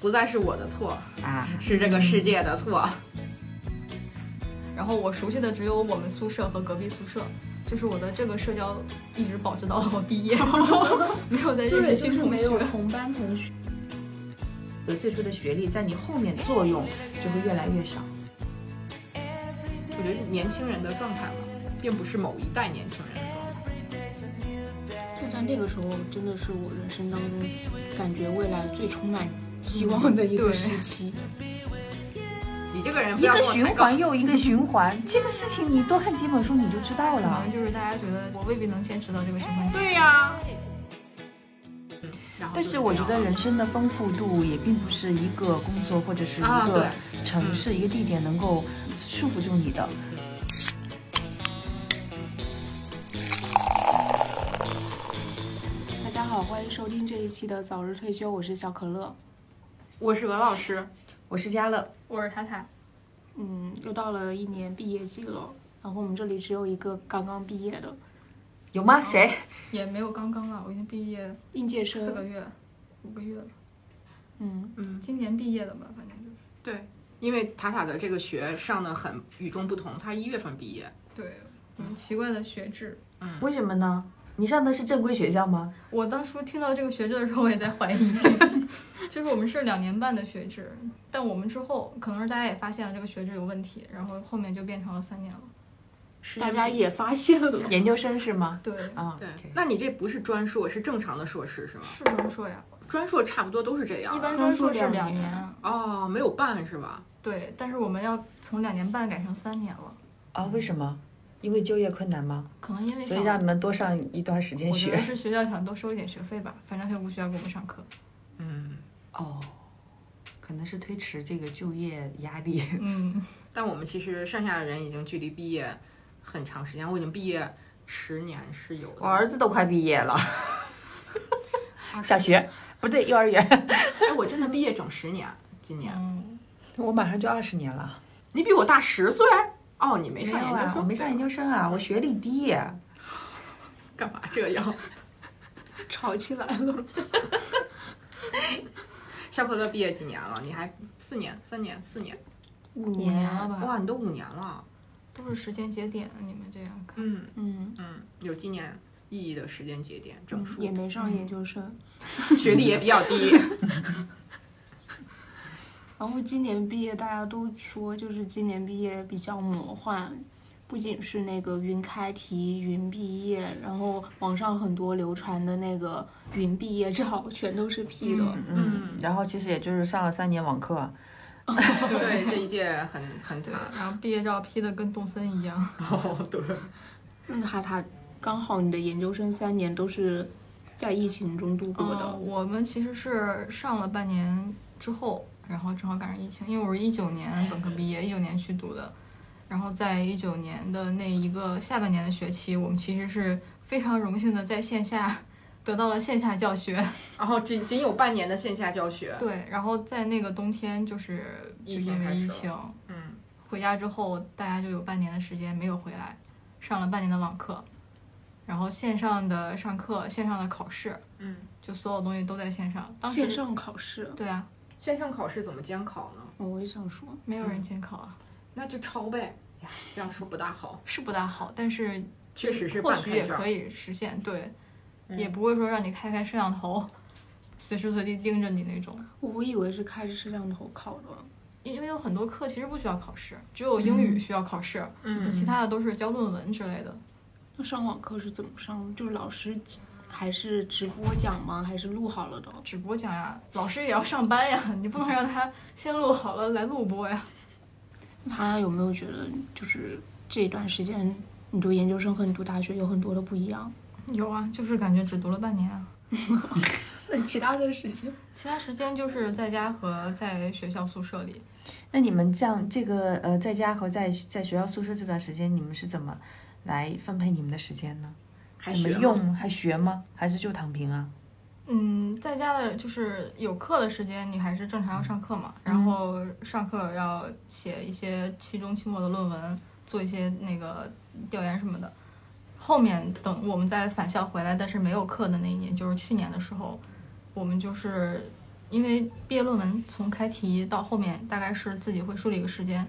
不再是我的错，啊，是这个世界的错。然后我熟悉的只有我们宿舍和隔壁宿舍，就是我的这个社交一直保持到了我毕 业， 没有再认识对，就新是同没学有。同班同学。呃，最初的学历在你后面作用就会越来越少。我觉得年轻人的状态吧，并不是某一代年轻人的状态。 就在那个时候，真的是我人生当中感觉未来最充满希望的嗯一个对时 期。你这个人不一要个跟我循抬高环又一个循环，这个事情你多看几本书你就知道可了能。就是大家觉得我未必能坚持到这个循环结束。对呀、嗯，然后但就是我这样觉得了人生的丰富度也并不是一个工作或者是一啊个对城市、一个地点能够束缚住你的。大家好，欢迎收听这一期的早日退休，我是小可乐。我是鹅老师，我是嘉乐，我是塔塔，嗯，又到了一年毕业季了，然后我们这里只有一个刚刚毕业的有吗？谁？也没有刚刚了，我已经毕业应届四个生。月、五个月了，嗯，嗯，今年毕业的吧，反正就是。对，因为塔塔的这个学上的很与众不同，他一月份毕业，对，嗯，奇怪的学制。为什么呢？你上的是正规学校吗？我当初听到这个学制的时候，我也在怀疑， 就是我们是两年半的学制，但我们之后可能是大家也发现了这个学制有问题，然后后面就变成了三年了。实大验家室也发现 了，研究生是吗？对，啊，对 OK，那你这不是专硕，是正常的硕士是吗？是这么说呀，专硕差不多都是这样啊，一般专专硕硕是是两两年啊年，嗯哦，没有办是吧？对，但是我们要从两年半改成三年了，啊，为什么？因为就业困难吗？可能因为所以想，让你们多上一段时间我觉得学。是学校想多收一点学费吧，反正他又不需要给我 们上课。嗯，哦，可能是推迟这个就业压力。嗯，但我们其实剩下的人已经距离毕业很长时间，我已经毕业十年是有的。 我儿子都快毕业 了，二十小学不对，幼儿园。哎，我真的毕业整十年，今年嗯， 我马上就二十年了。你比我大十岁。哦，你没上研究啊生，，我没上研究生啊，我学历低。 干嘛这样？ 吵起来了。夏可乐毕业几年了？你还四年、三年、四年？五啊五年了嗯吧，哇，你都五年了。都是时间节点，你们这样看。嗯嗯，嗯，有纪念意义的时间节点，证嗯书也没上研究生。学历也比较 低。然后今年毕业，大家都说就是今年毕业比较魔幻，不仅是那个云开题、云毕业，然后网上很多流传的那个云毕业照全都是 P 的。嗯然后其实也就是上了三年网课，对，这一届很很对惨。，然后毕业照 P 的跟动森一样， 哦，对。那塔塔，刚好你的研究生三年都是在疫情中度过呃的。我们其实是上了半年之后，然后正好赶上疫情，因为我是一九年本科毕业，一九年去读的，然后在一九年的那一个下半年的学期，我们其实是非常荣幸的在线下 得到了线下教学，然后仅仅有半年的线下教学。对，然后在那个冬天就是就疫情因开为始疫了情，嗯，回家之后大家就有半年的时间没有回来，上了半年的网课，然后线上的上课，线上的考试，嗯，就所有东西都在线上，当时线上考试，哦对啊，线上考试怎么监考呢？我也想说，没有人监考啊。那就抄呗。哎呀，这样说不大好，是不大好，但是确实是或半许开也卷儿可。以实现，对，嗯也不会说让你开开摄像头，随时随地盯着你那种。我以为是开着摄像头考的。因为有很多课其实不需要考试，只有英语需要考试，嗯其他的都是交论文之类的。那上网课是怎么上？就是老师还是直播讲吗？还是录好了的？只不过讲呀，老师也要上班呀， 你不能让他先录好了 来录播呀。大家有没有觉得，就是这段时间你读研究生和你读大学有很多的不一样？有啊，就是感觉只读了半年啊，那其他的时间，其他时间就是在家和在学校宿舍里。那你们这样这个呃，在家和在在学校宿舍这段时间，你们是怎么来分配你们的时间呢？还怎么学吗？用？还学吗？还是就躺平啊？嗯，在家的就是有课的时间，你还是正常要上课嘛，然后上课要写一些期中、期末的论文，做一些那个调研什么的。后面等我们再返校回来，但是没有课的那一年，就是去年的时候，我们就是因为毕业论文从开题到后面大概是自己会梳理一个时间，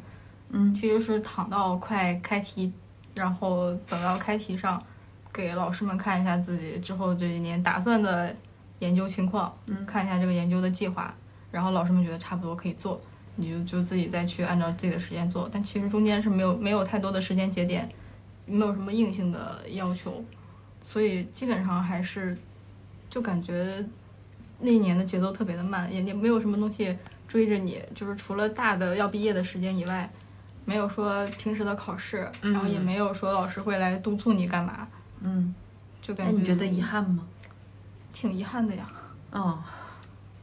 嗯，其实是躺到快开题，然后等到开题上，给老师们看一下自己之后这一年打算的研究情况，嗯看一下这个研究的计划，然后老师们觉得差不多可以做，你就就自己再去按照自己的时间做，但其实中间是没有没有太多的时间节点，没有什么硬性的要求，所以基本上还是就感觉那一年的节奏特别的慢，也也没有什么东西追着你，就是除了大的要毕业的时间以外，没有说平时的考试，嗯然后也没有说老师会来督促你干嘛，嗯，就感那觉你觉得遗憾吗？挺遗憾的呀，哦，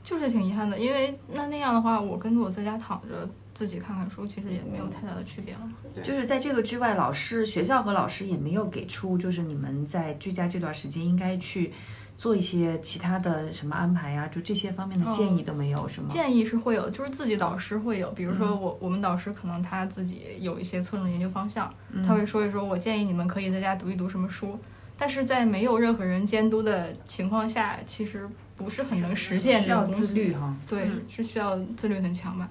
就是挺遗憾的，因为那那样的话，我跟着我在家躺着自己看看书，其实也没有太大的区别了。就是在这个之外，老师、学校和老师也没有给出，就是你们在居家这段时间应该去做一些其他的什么安排呀、就这些方面的哦建议都没有，是吗？建议是会有，就是自己导师会有，比如嗯说我、我们导师可能他自己有一些侧重研究方向，嗯他会说一说，我建议你们可以在家读一读什么书，但是在没有任何人监督的情况下，其实不是很能实现需这要个东自西。律哈。对，嗯是需要自律很强吧？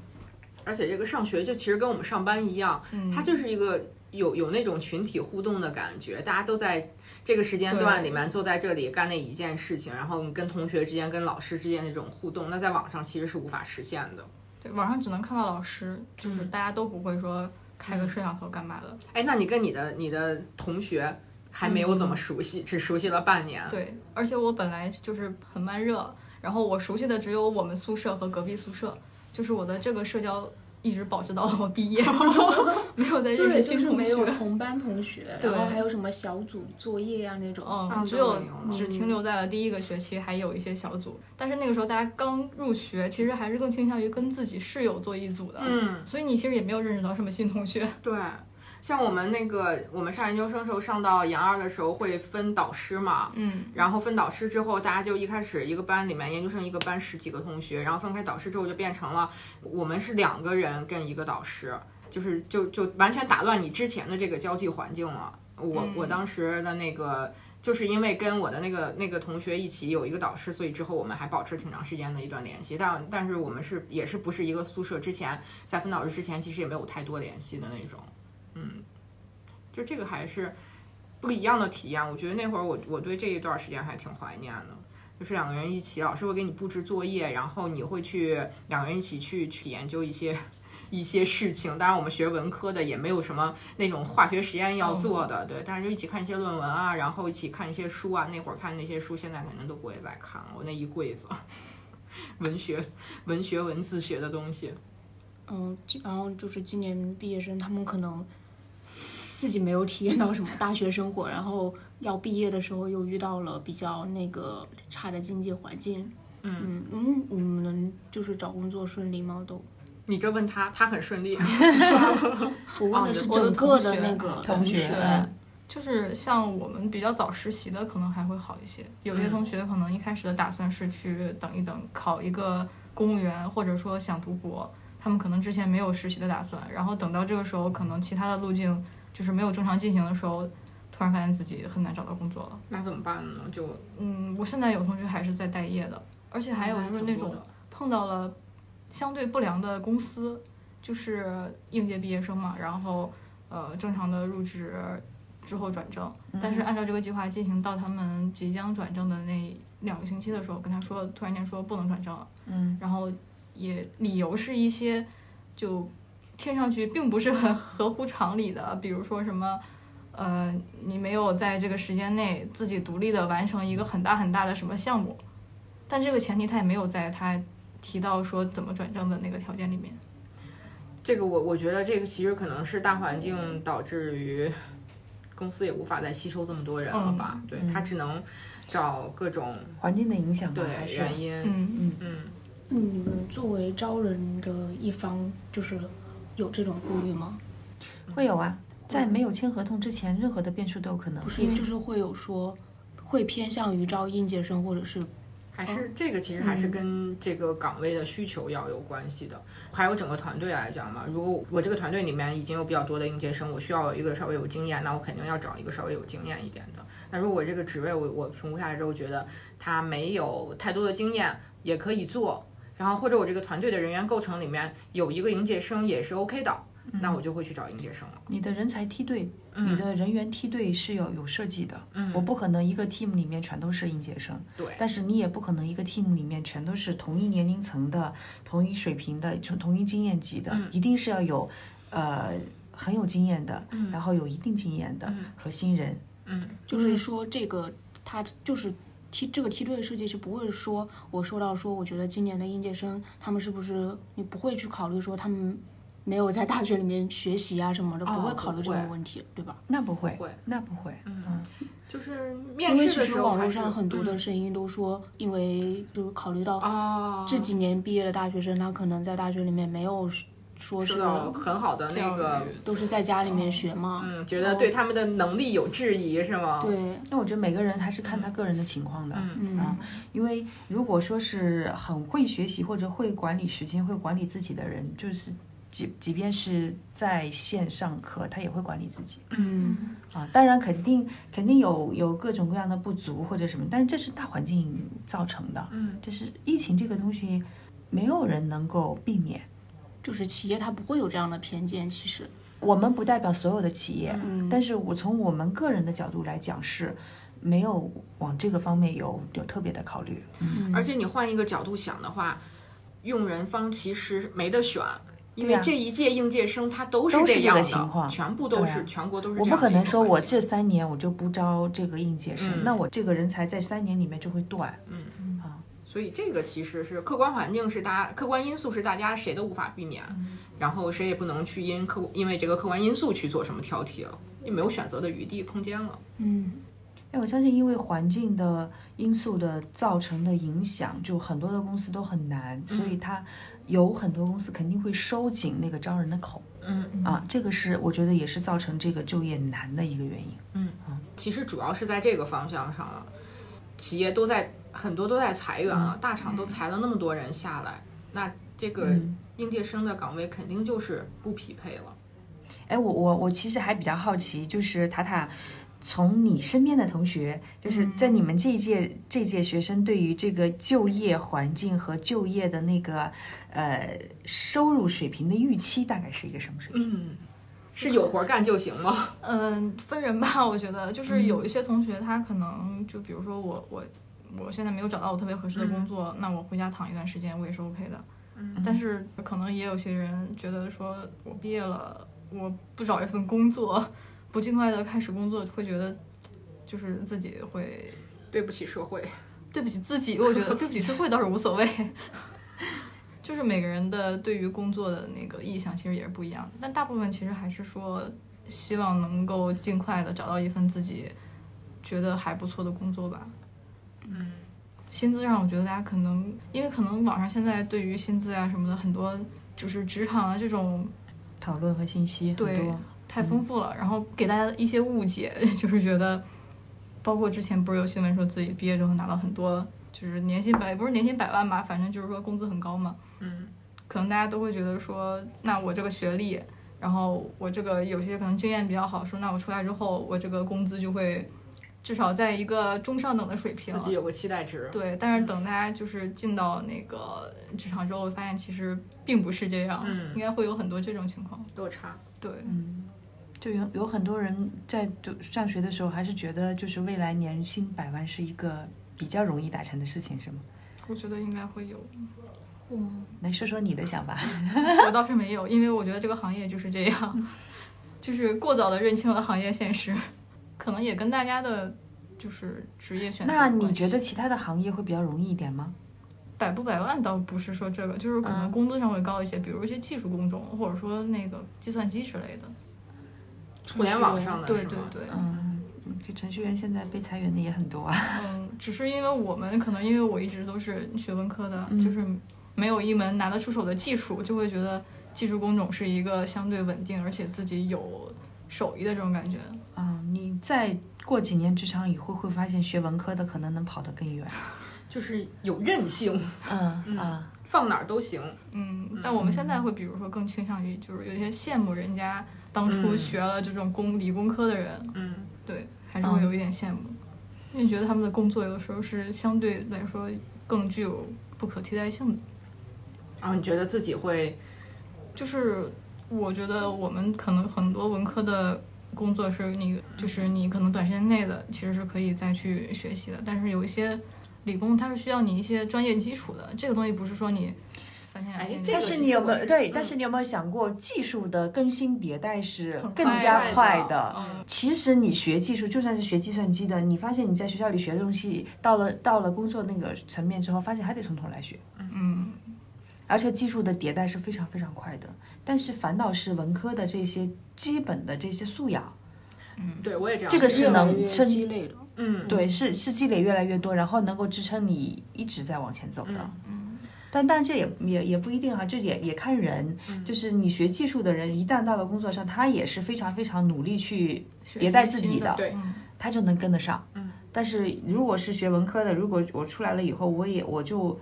而且这个上学就其实跟我们上班一样，嗯，它就是一个有有那种群体互动的感觉，大家都在这个时间对段里面坐在这里干那一件事情，然后你跟同学之间、跟老师之间那种互动，那在网上其实是无法实现的。对，网上只能看到老师，嗯就是大家都不会说开个摄像头干嘛的。哎，那你跟你的你的同学还没有怎么熟悉，只熟悉了半年。嗯对，而且我本来就是很慢热，然后我熟悉的只有我们宿舍和隔壁宿舍，就是我的这个社交一直保持到了我毕业，然后没有再认识对，新就是同没学有。 同班同学，对然后还有什么小组作业呀、那种。嗯，啊只都有没有了只停留在了第一个学期，还有一些小组。但是那个时候大家刚入学，其实还是更倾向于跟自己室友做一组的，嗯，所以你其实也没有认识到什么新同学。对，像我们那个我们上研究生时候上到研二的时候会分导师嘛，嗯，然后分导师之后，大家就一开始一个班里面研究生一个班十几个同学，然后分开导师之后就变成了我们是两个人跟一个导师，就是就就完全打乱你之前的这个交际环境了。我嗯我当时的那个。就是因为跟我的那个那个同学一起有一个导师，所以之后我们还保持挺长时间的一段联系。但但是我们是也是不是一个宿舍，之前在分导师之前其实也没有太多联系的那种。嗯，就这个还是不一样的体验。我觉得那会儿我我对这一段时间还挺怀念的，就是两个人一起，老师会给你布置作业，然后你会去两个人一起去去研究一些。 一些事情，当然我们学文科的也没有什么那种化学实验要做的，对，但是就一起看一些论文啊，然后一起看一些书啊。那会儿看那些书，现在肯定都不会再看了。我那一柜子 文学、文学文字学的东西，嗯，这然后就是今年毕业生，他们可能自己没有体验到什么大学生活，然后要毕业的时候又遇到了比较那个差的经济环境。嗯嗯，你们能就是找工作顺利吗？都你这问他，他很顺利。啊哦我问的是哦我的整同学个那个同学就是像我们比较早实习的，可能还会好一些。有些嗯同学可能一开始的打算是去等一等，考一个公务员，或者说想读博，他们可能之前没有实习的打算，然后等到这个时候，可能其他的路径就是没有正常进行的时候，突然发现自己很难找到工作了。那怎么办呢？就嗯，我现在有同学还是在待业的，而且还有就是哦那种碰到了相对不良的公司，就是应届毕业生嘛，然后呃正常的入职之后转正，但是按照这个计划进行到他们即将转正的那两个星期的时候，跟他说突然间说不能转正了，嗯，然后也理由是一些就听上去并不是很 合乎常理的，比如说什么。呃，你没有在这个时间内自己独立的完成一个很大很大的什么项目，但这个前提他也没有在他提到说怎么转正的那个条件里面。这个我我觉得这个其实可能是大环境导致于公司也无法再吸收这么多人了吧？嗯对，他只能找各种环境的影响吧，对还是原因。嗯，嗯，嗯，你们作为招人的一方，就是有这种顾虑吗？会有啊。在没有签合同之前，任何的变数都有嗯可能不。是，就是会有说会偏向于招应届生，或者是哦还是这个其实嗯还是跟这个岗位的需求要有关系的，还有整个团队来讲嘛。如果我这个团队里面已经有比较多的应届生，我需要一个稍微有经验，那我肯定要找一个稍微有经验一点的。那如果我这个职位我我评估下来之后觉得他没有太多的经验，也可以做。然后然后或者我这个团队的人员构成里面有一个应届生也是 OK 的，嗯那我就会去找应届生了。你的人才梯队，嗯你的人员梯队是有有设计的。嗯我不可能一个 team 里面全都是应届生，对，但是你也不可能一个 team 里面全都是同一年龄层的、同一水平的、同同一经验级的，嗯一定是要有，呃，很有经验的，嗯然后有一定经验的、嗯和新人。嗯就是说这个他就是梯这个梯队的设计是不会说我说到说我觉得今年的应届生他们是不是你不会去考虑说他们没有在大学里面学习啊什么的，哦不会考虑不这会种问题，对吧？那不会，会那不会，嗯，就是面因为试其的实时候网还络是上很多的嗯声音都说，因为就是考虑到哦，这几年毕业的大学生，他可能在大学里面没有说受是到很好的那个教育都是在家里面学嘛，嗯，觉得对他们的能力有质疑是吗？，哦对，那我觉得每个人还是看他个人的情况的。嗯啊，因为如果说是很会学习或者会管理时间、会管理自己的人，就是即即便是在线上课，他也会管理自己嗯，啊。当然，肯定肯定有有各种各样的不足或者什么，但这是大环境造成的。嗯，就是疫情这个东西，没有人能够避免。就是企业它不会有这样的偏见，其实，我们不代表所有的企业，嗯，但是我从我们个人的角度来讲是。没有往这个方面有有特别的考虑，而且你换一个角度想的话，用人方其实没得选。因对为啊这一届应届生他都是都是这这样个的，情况全部都对是、啊全国都是我这样的一不个环境。可能说我这三年我就不招这个应届生，嗯那我这个人才在三年里面就会断。所以这个其实是客观环境是大家客观因素是大家谁都无法避免，嗯然后谁也不能去因客因为这个客观因素去做什么挑剔了，也没有选择的余地空间了。嗯，哎，我相信因为环境的因素的造成的影响，就很多的公司都很难，所嗯以它有很多公司肯定会收紧那个招人的口。嗯啊，这个是我觉得也是造成这个就业难的一个原因。其实主要是在这个方向上了，企业都在很多都在裁员了，大厂都裁了那么多人下来，那这个应届生的岗位肯定就是不匹配了。哎，我我我其实还比较好奇，就是塔塔，从你身边的同学，就是在你们这一届、这届学生对于这个就业环境和就业的那个呃收入水平的预期，大概是一个什么水平？嗯，是有活干就行吗？嗯，分人吧，我觉得就是有一些同学他可能就比如说我我我现在没有找到我特别合适的工作，那我回家躺一段时间我也是 OK 的。嗯，但是可能也有些人觉得说我毕业了，我不找一份工作，不尽快的开始工作，会觉得就是自己会对不起社会，对不起自己， 我觉得对不起社会倒是无所谓。 就是每个人的对于工作的那个意向其实也是不一样的，但大部分其实还是说希望能够尽快的找到一份自己觉得还不错的工作吧。嗯，薪资上我觉得大家可能因为可能网上现在对于薪资啊什么的很多就是职场啊这种讨论和信息很对多，太嗯丰富了，然后给大家一些误解， 就是觉得，包括之前不是有新闻说自己毕业之后拿到很多，就是年薪百，不是年薪百万吧，反正就是说工资很高嘛，嗯，可能大家都会觉得说，那我这个学历，然后我这个有些可能经验比较好，说那我出来之后，我这个工资就会至少在一个中上等的水平，自己有个期待值。对，但是等大家就是进到那个职场之后，发现其实并不是这样，嗯应该会有很多这种情况，落差，对，就有有很多人在读上学的时候，还是觉得就是未来年薪百万是一个比较容易达成的事情，是吗？我觉得应该会有。来说说你的想法。 我倒是没有，因为我觉得这个行业就是这样，就是过早的认清了行业现实，可能也跟大家的就是职业选择有那关系。你觉得其他的行业会比较容易一点吗？百不百万倒不是说这个，就是可嗯能工资上会高一些，比如一些技术工种，或者说那个计算机之类的。互联网上的对是对吗对，嗯，就程序员现在被裁员的也很多啊。嗯，只是因为我们可能因为我一直都是学文科嗯的，就是没有一门拿得出手的技术，就会觉得技术工种是一个相对稳定而且自己有手艺的这种感觉。啊、你再过几年职场以后，会发现学文科的可能能跑得更远。就是有韧性，嗯啊，放哪儿都行。嗯，但我们现在会比如说更倾向于就是有些羡慕人家当初嗯学了这种工理工科的人，嗯，对，还是会有一点羡慕，因为觉得他们的工作有的时候是相对来说更具有不可替代性的。然后你觉得自己会就是我觉得我们可能很多文科的工作是你就是你可能短时间内的其实是可以再去学习的，但是有一些理工它是需要你一些专业基础的，这个东西不是说你三天两天哎就。这个但是你有没有对？但是你有没有想过，技术的更新迭代是更加很快快的的？嗯，其实你学技术，就算是学计算机的，你发现你在学校里学的东西，到了到了工作那个层面之后，发现还得从头来学。嗯，而且技术的迭代是非常非常快的，但是反倒是文科的这些基本的这些素养，对我也这样，这个是越来嗯能越撑积累的。嗯，对，是是积累越来越多，然后能够支撑你一直在往前走的。但但这也也也不一定哈、啊这也也看人，就是你学技术的人，一旦到了工作上，他也是非常非常努力去学迭习代自新己的的，对嗯他就能跟得上。嗯，但是如果是学文科的，如果我出来了以后，我也我就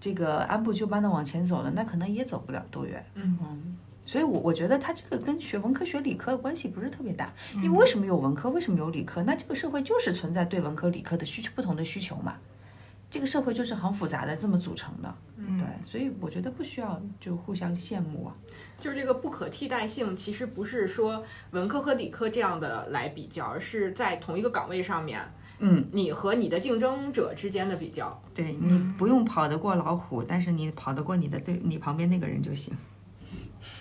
这个按部就班的往前走了，那可能也走不了多远。嗯所以我，我觉得他这个跟学文科、学理科的关系不是特别大，因为为什么有文科，为什么有理科？那这个社会就是存在对文科、理科的需求不同的需求嘛，这个社会就是很复杂的这么组成的，对，所以我觉得不需要就互相羡慕啊。就是这个不可替代性，其实不是说文科和理科这样的来比较，而是在同一个岗位上面，嗯，你和你的竞争者之间的比较。对你不用跑得过老虎，但是你跑得过你的对你旁边那个人就行。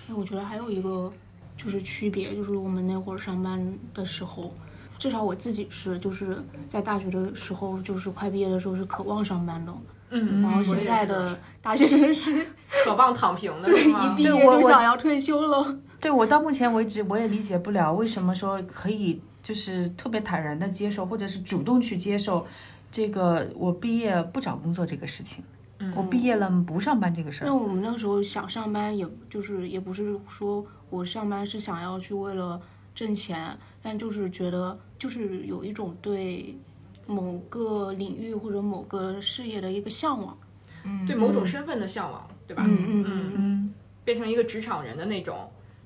哎我觉得还有一个就是区别，就是我们那会儿上班的时候，至少我自己是，就是在大学的时候，就是快毕业的时候是渴望上班的，嗯，然后我现也在是的大学生是渴望躺平的是一吗毕？业对我就我想要退休了。对我到目前为止，我也理解不了为什么说可以就是特别坦然的接受，或者是主动去接受这个我毕业不找工作这个事情，嗯我毕业了不上班这个事因为儿。我们那个时候想上班，也就是也不是说我上班是想要去为了挣钱，但就是觉得就是有一种对某个领域或者某个事业的一个向往。对某种身份的向往，对吧？嗯嗯嗯，嗯，变成一个职场人的那种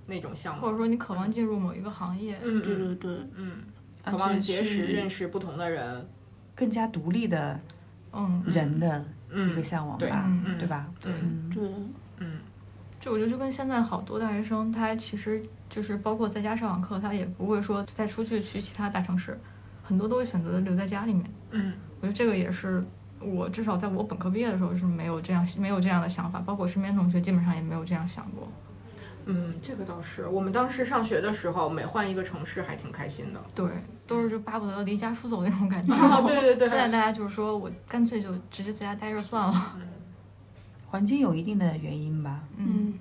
那种向或往。者说你渴望进入某一个行业，嗯对嗯对对。嗯，而渴望且结识是认识不同的人。更加独立的嗯，人的一个嗯，向往对吧，嗯对吧？对嗯对，就我觉得就跟现在好多大学生，他其实就是包括在家上网课，他也不会说再出去去其他大城市，很多都会选择留在家里面。嗯，我觉得这个也是我至少在我本科毕业的时候是没有这样没有这样的想法，包括身边同学基本上也没有这样想过。嗯，这个倒是。我们当时上学的时候，每换一个城市还挺开心 的。对，都是就巴不得离家出走那种感觉。啊 对对对现在大家就是说我干脆就直接在家待着算了。环境有一定的原因吧，嗯，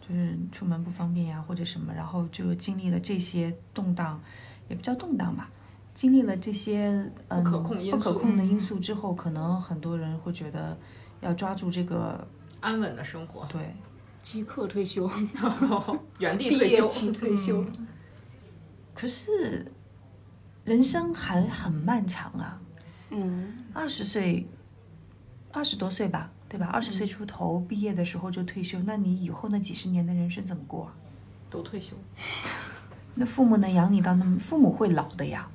就是出门不方便呀、或者什么，然后就经历了这些动荡，也不叫动荡吧，经历了这些嗯不可控因素不可控的因素之后，可能很多人会觉得要抓住这个安稳的生活，对，即刻退休， 原地毕退业休， 即退休。可是人生还很漫长啊，嗯，二十岁，二十多岁吧，对吧？嗯二十岁出头毕业的时候就退休，那你以后那几十年的人生怎么过啊？都退休。那父母能养你到那么，父母会老的呀。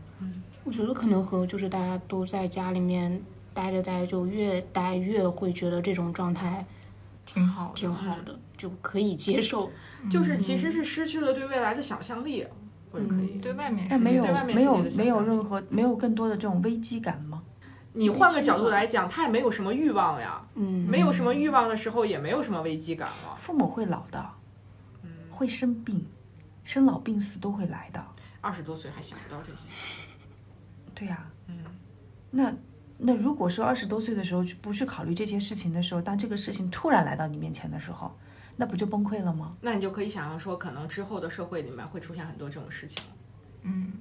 我觉得可能和就是大家都在家里面待着待着，就越待越会觉得这种状态挺好的。挺好的，就可以接受。就是其实是失去了对未来的想象力，我觉得可以。嗯对外面世界，但没有对外面没世有界的想没有象力任何没有更多的这种危机感吗？你换个角度来讲，他也没有什么欲望呀，嗯，没有什么欲望的时候，也没有什么危机感了。父母会老的，嗯会生病，生老病死都会来的。二十多岁还想不到这些，对呀、嗯，那那如果说二十多岁的时候去不去考虑这些事情的时候，当这个事情突然来到你面前的时候，那不就崩溃了吗？那你就可以想象说，可能之后的社会里面会出现很多这种事情。嗯，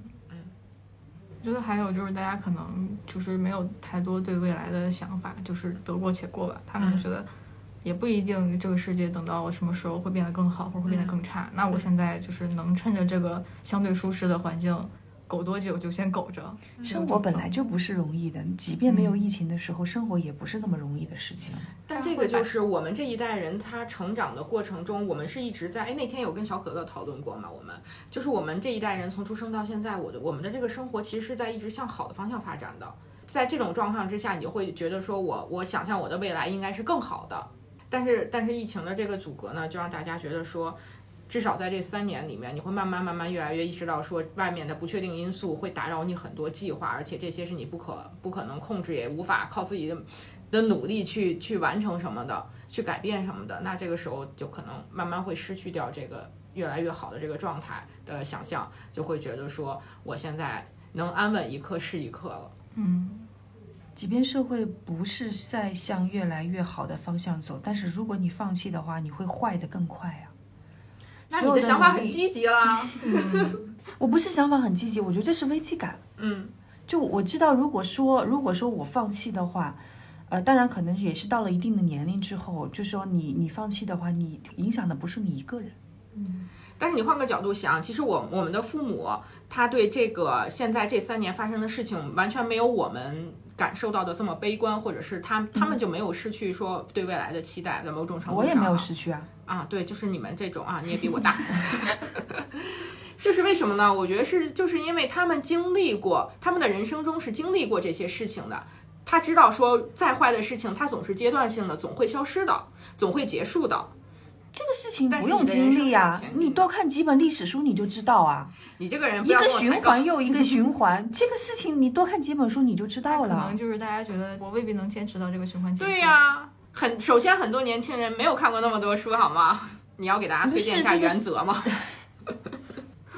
我觉得还有就是大家可能就是没有太多对未来的想法，就是得过且过吧。他可能觉得也不一定这个世界等到我什么时候会变得更好，或者会变得更差。那我现在就是能趁着这个相对舒适的环境苟多久就先苟着。生活本来就不是容易的，即便没有疫情的时候，生活也不是那么容易的事情。但这个就是我们这一代人他成长的过程中，我们是一直在哎，那天有跟小可乐讨论过嘛？我们就是我们这一代人从出生到现在，我的我们的这个生活其实是在一直向好的方向发展的。在这种状况之下，你就会觉得说我我想象我的未来应该是更好的。但是但是疫情的这个阻隔呢，就让大家觉得说，至少在这三年里面，你会慢慢慢慢越来越意识到说，外面的不确定因素会打扰你很多计划，而且这些是你不可不可能控制，也无法靠自己的的努力去去完成什么的，去改变什么的。那这个时候就可能慢慢会失去掉这个越来越好的这个状态的想象，就会觉得说，我现在能安稳一刻是一刻了。嗯，即便社会不是在向越来越好的方向走，但是如果你放弃的话，你会坏的更快啊。那所你有的的想法努很力积极啦，我不是想法很积极，我觉得这是危机感。嗯，就我知道，如果说如果说我放弃的话，呃，当然可能也是到了一定的年龄之后，就说你你放弃的话，你影响的不是你一个人。但是你换个角度想，其实我我们的父母，他对这个现在这三年发生的事情，完全没有我们感受到的这么悲观，或者是他他们就没有失去说对未来的期待，在某种程度嗯我上啊，也没有失去啊，啊，对，就是你们这种啊，你也比我大。 就是为什么呢？我觉得是，就是因为他们经历过，他们的人生中是经历过这些事情的。他知道说，再坏的事情，它总是阶段性的，总会消失的，总会结束的。这个事情但是不你用的人经历生啊是有前，进的你多看几本历史书你就知道啊，你这个人不一要个跟我循抬环高又 一个循环，这个事情你多看几本书你就知道可了能。就是大家觉得我未必能坚持到这个循环结束。对呀、很首先很多年轻人没有看过那么多书，好吗？你要给大家推荐一下不是这个原则吗？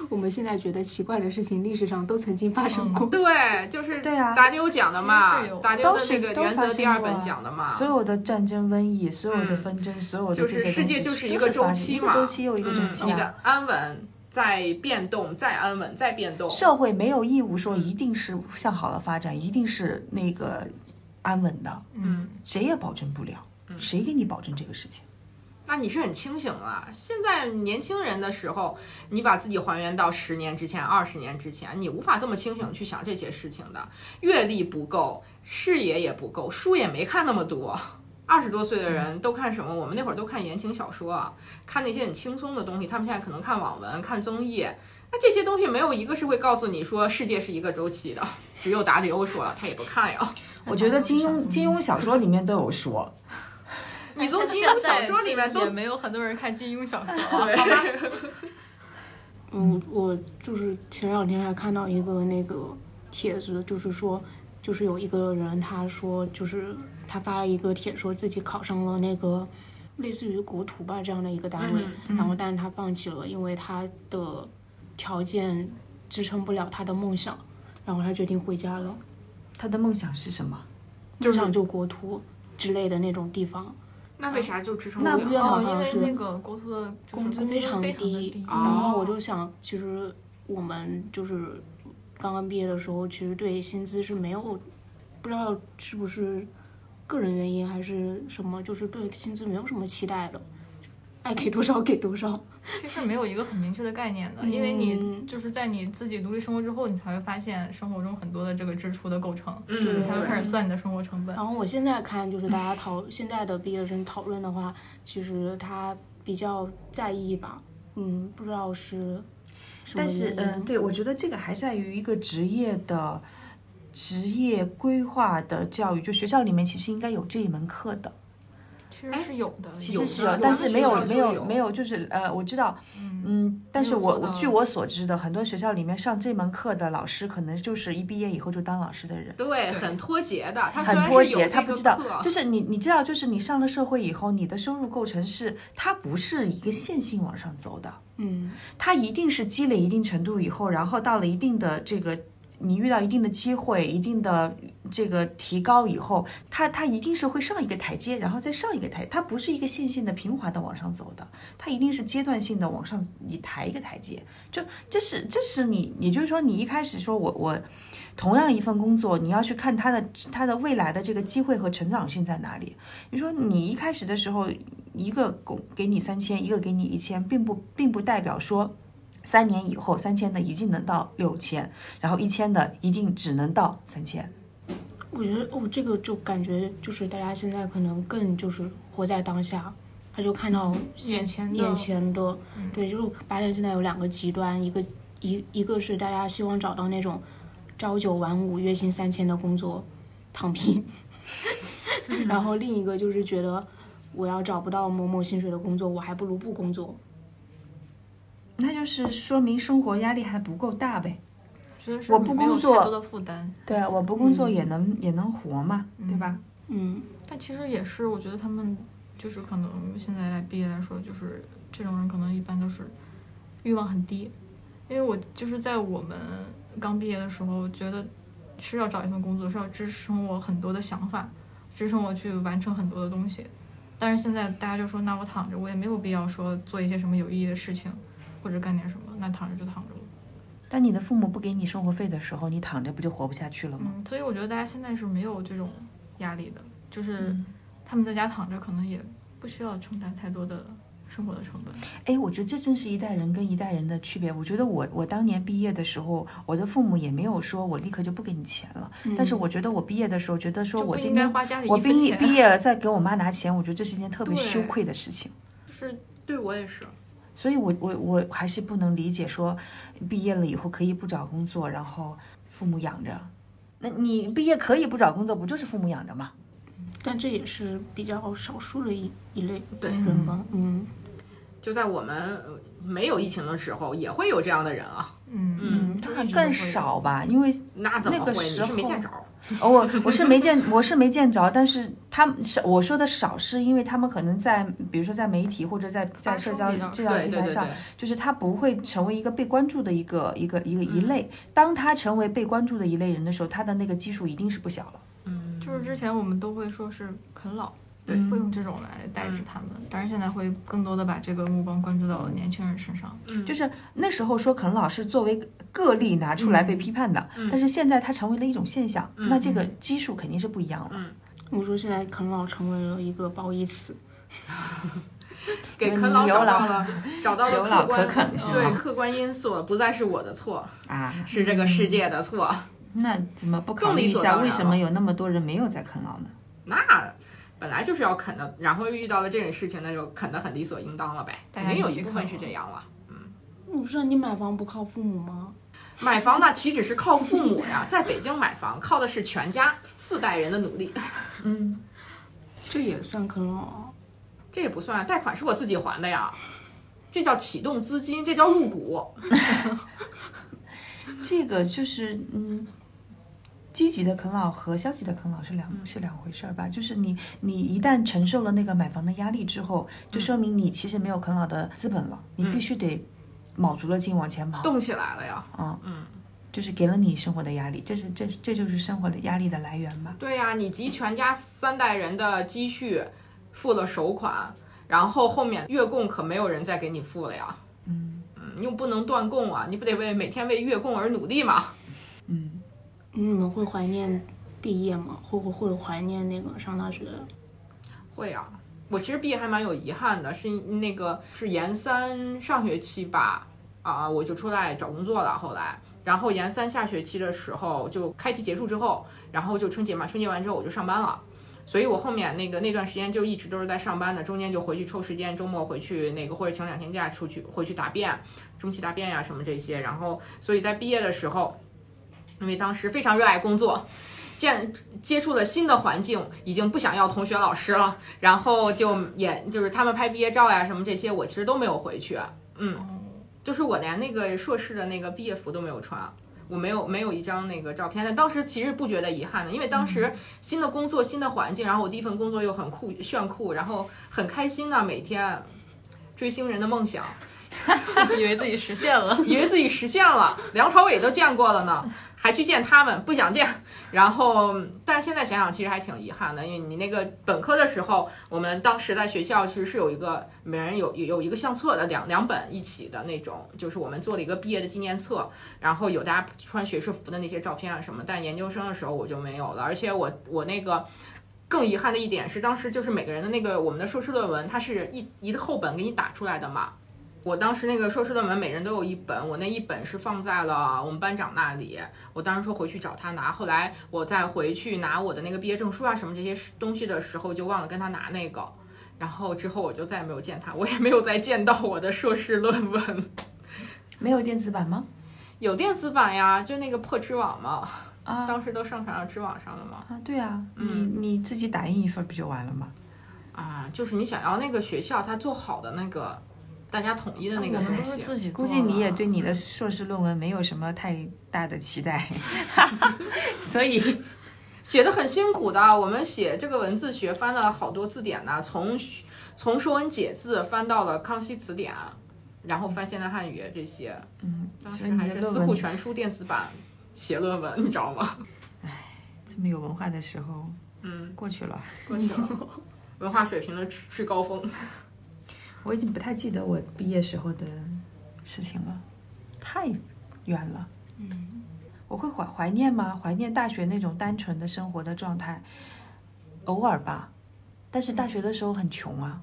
我们现在觉得奇怪的事情，历史上都曾经发生过。 对，就是对啊达丢讲的嘛其实是有，达丢都的是那个都原发则生第二过本啊讲的嘛。所有的战争、瘟疫，所有的嗯纷争，所有的就是这些东西，世界就是一都个是周发期一个嘛周期又一个周嗯、期你啊。的安稳在变动，在安稳在变动。社会没有义务说一定是向好的发展，一定是那个安稳的，嗯，谁也保证不了，谁给你保证这个事情？那你是很清醒了。现在年轻人的时候，你把自己还原到十年之前、二十年之前，你无法这么清醒去想这些事情的。阅历不够，视野也不够，书也没看那么多。二十多岁的人都看什么？我们那会儿都看言情小说啊，看那些很轻松的东西。他们现在可能看网文、看综艺，那这些东西没有一个是会告诉你说世界是一个周期的。只有达里欧说了，他也不看 呀。我觉得金庸金庸小说里面都有说，你从金现庸小在说里面也都没有很多人看金庸小 说啊。对，嗯，我就是前两天还看到一个那个帖子，就是说，就是有一个人他说，就是他发了一个帖，说自己考上了那个类似于国图吧这样的一个单位，然后但是他放弃了，因为他的条件支撑不了他的梦想，然后他决定回家了。他的梦想是什么？就想就国图之类类的那种地方，那为啥就支撑不那了？不要哦，好因像为是那个国图的就是工资非非常常的低低，然哦后我就想，其实我们就是刚刚毕业的时候，其实对薪资是没有，不知道是不是个人原因还是什么，就是对薪资没有什么期待的，爱给多少给多少。其实没有一个很明确的概念的，因为你嗯就是在你自己独立生活之后，你才会发现生活中很多的这个支出的构成，嗯你才会开始算你的生活成本。然后我现在看，就是大家讨现在的毕业生讨论的话，其实他比较在意吧，嗯，不知道是什么但是原，因嗯，对，我觉得这个还在于一个职业的职业规划的教育，就学校里面其实应该有这一门课的，其实是有的，哎其有的实是我有，们但是没学校有就没有有没有，就是呃，我知道，嗯，但没是有我做我到据我所知的，很多学校里面上这门课的老师，可能就是一毕业以后就当老师的人。对，很脱节的。他虽很然脱是有节，他这不个知道，课，啊就是你你知道，就是你上了社会以后，你的收入构成是它不是一个线性往上走的，嗯，它一定是积累一定程度以后，然后到了一定的这个。你遇到一定的机会、一定的这个提高以后，它它一定是会上一个台阶，然后再上一个台，它不是一个线性的平滑的往上走的，它一定是阶段性的往上一抬一个台阶。就这是这是你，也就是说，你一开始说我我同样一份工作，你要去看它的它的未来的这个机会和成长性在哪里。你说你一开始的时候，一个工给你三千，一个给你一千，并不并不代表说三年以后三千的一定能到六千，然后一千的一定只能到三千。我觉得哦，这个就感觉就是大家现在可能更就是活在当下，他就看到嗯现眼前的嗯眼前的，对，就是我发现现在有两个极端，一个一一个是大家希望找到那种朝九晚五、月 薪三千的工作，躺平，然后另一个就是觉得我要找不到某某薪水的工作，我还不如不工作。那就是说明生活压力还不够大呗。觉得是我不没有工作太多的负担，对啊，我不工作也能、也能活嘛，对吧？嗯，但其实也是，我觉得他们就是可能现在来毕业来说，就是这种人可能一般都是欲望很低，因为我就是在我们刚毕业的时候，觉得是要找一份工作，是要支撑我很多的想法，支撑我去完成很多的东西。但是现在大家就说，那我躺着，我也没有必要说做一些什么有意义的事情，或者干点什么，那躺着就躺着了。当你的父母不给你生活费的时候，你躺着不就活不下去了吗？嗯，所以我觉得大家现在是没有这种压力的，就是嗯他们在家躺着，可能也不需要承担太多的生活的成本。哎，我觉得这正是一代人跟一代人的区别。我觉得我我当年毕业的时候，我的父母也没有说我立刻就不给你钱了，但是我觉得我毕业的时候，觉得说就我不今应该天花家里我一分毕钱。啊毕业了再给我妈拿钱，我觉得这是一件特别对羞愧的事情。就是对我也是，所以我，我我还是不能理解说，毕业了以后可以不找工作，然后父母养着。那你毕业可以不找工作，不就是父母养着吗？但这也是比较少数的一一类对人吧。嗯，就在我们呃没有疫情的时候，也会有这样的人啊。嗯嗯，就一直都更会少吧，因为那怎么会？那个你时候是没见着。哦，我我是没见，我是没见着，但是他们少，我说的少，是因为他们可能在，比如说在媒体或者在在社交发声比较这样对平对台对上对，，就是他不会成为一个被关注的一个一个一个一类。当他成为被关注的一类人的时候，他的那个基数一定是不小了。嗯，就是之前我们都会说是啃老，对会用这种来代指他们，但是现在会更多的把这个目光关注到年轻人身上。嗯就是那时候说啃老是作为个例拿出来被嗯批判的，但是现在它成为了一种现象，那这个基数肯定是不一样嗯了。我说现在啃老成为了一个褒义词。给啃老有找到老了找到了有老客可观啃是对吗客观因素，不再是我的错，啊，是这个世界的错。那怎么不考更虑理一所下当然为什么了有那么多人没有在啃老呢？那本来就是要啃的，然后遇到了这种事情，那就啃得很理所应当了呗。大肯家定有一起一部分啃是了这样了。不嗯是啊你买房不靠父母吗？买房那岂止是靠父母呀，在北京买房靠的是全家四代人的努力，这也算啃老啊。这也不算贷款是我自己还的呀，这叫启动资金，这叫入股。这个就是嗯，积极的啃老和消极的啃老是两、嗯是两回事儿吧？就是你你一旦承受了那个买房的压力之后，嗯就说明你其实没有啃老的资本了，你必须得卯足了劲往前跑。动起来了呀。就是给了你生活的压力，这是这这就是生活的压力的来源吧？对呀、你集全家三代人的积蓄，付了首款，然后后面月供可没有人再给你付了呀。嗯嗯，又不能断供啊，你不得为每天为月供而努力吗？嗯，你们会怀念毕业吗？会不会怀念那个上大学？会啊，我其实毕业还蛮有遗憾的，是那个是研三上学期吧，啊，我就出来找工作了，后来。然后研三下学期的时候，就开题结束之后，然后就春节嘛，春节完之后我就上班了，所以我后面那个那段时间就一直都是在上班的，中间就回去抽时间，周末回去那个或者请两天假出去回去答辩，中期答辩呀、什么这些，然后所以在毕业的时候，因为当时非常热爱工作，见接触了新的环境，已经不想要同学老师了，然后就也就是他们拍毕业照呀什么这些，我其实都没有回去，嗯，就是我连那个硕士的那个毕业服都没有穿。我没有没有一张那个照片，但当时其实不觉得遗憾的，因为当时新的工作、新的环境，然后我第一份工作又很酷炫酷，然后很开心呐、每天追星人的梦想， 以为自己实现了，以为自己实现了，梁朝伟都见过了呢，还去见他们，不想见。然后，但是现在想想，其实还挺遗憾的，因为你那个本科的时候，我们当时在学校其实是有一个每人有有有一个相册的，两两本一起的那种，就是我们做了一个毕业的纪念册，然后有大家穿学士服的那些照片啊什么。但研究生的时候我就没有了，而且我我那个。更遗憾的一点是，当时就是每个人的那个我们的硕士论文，它是一一个厚本给你打出来的嘛，我当时那个硕士论文每人都有一本，我那一本是放在了我们班长那里。我当时说回去找他拿，后来我再回去拿我的那个毕业证书啊什么这些东西的时候，就忘了跟他拿那个。然后之后我就再也没有见他，我也没有再见到我的硕士论文。没有电子版吗？有电子版呀，就那个破知网嘛，嗯啊啊，就是你想要那个学校它做好的那个大家统一的那个啊我们东都是西。自己做估的，计你也对你嗯的硕士论文没有什么太大的 期待，所以写的很辛苦的。我们写这个文字学翻了好多字典呢，从从《说文解字》翻到了《康熙词典》，然后翻现代汉语这些。嗯，当所以时你还的是论思库文全书电子版写论文，你知道吗？ 这么有文化的时候嗯，过去了。过去了，文化水平的至至高峰。我已经不太记得我毕业时候的事情了，太远了。嗯，我会怀怀念吗？怀念大学那种单纯的生活的状态，偶尔吧。但是大学的时候很穷啊，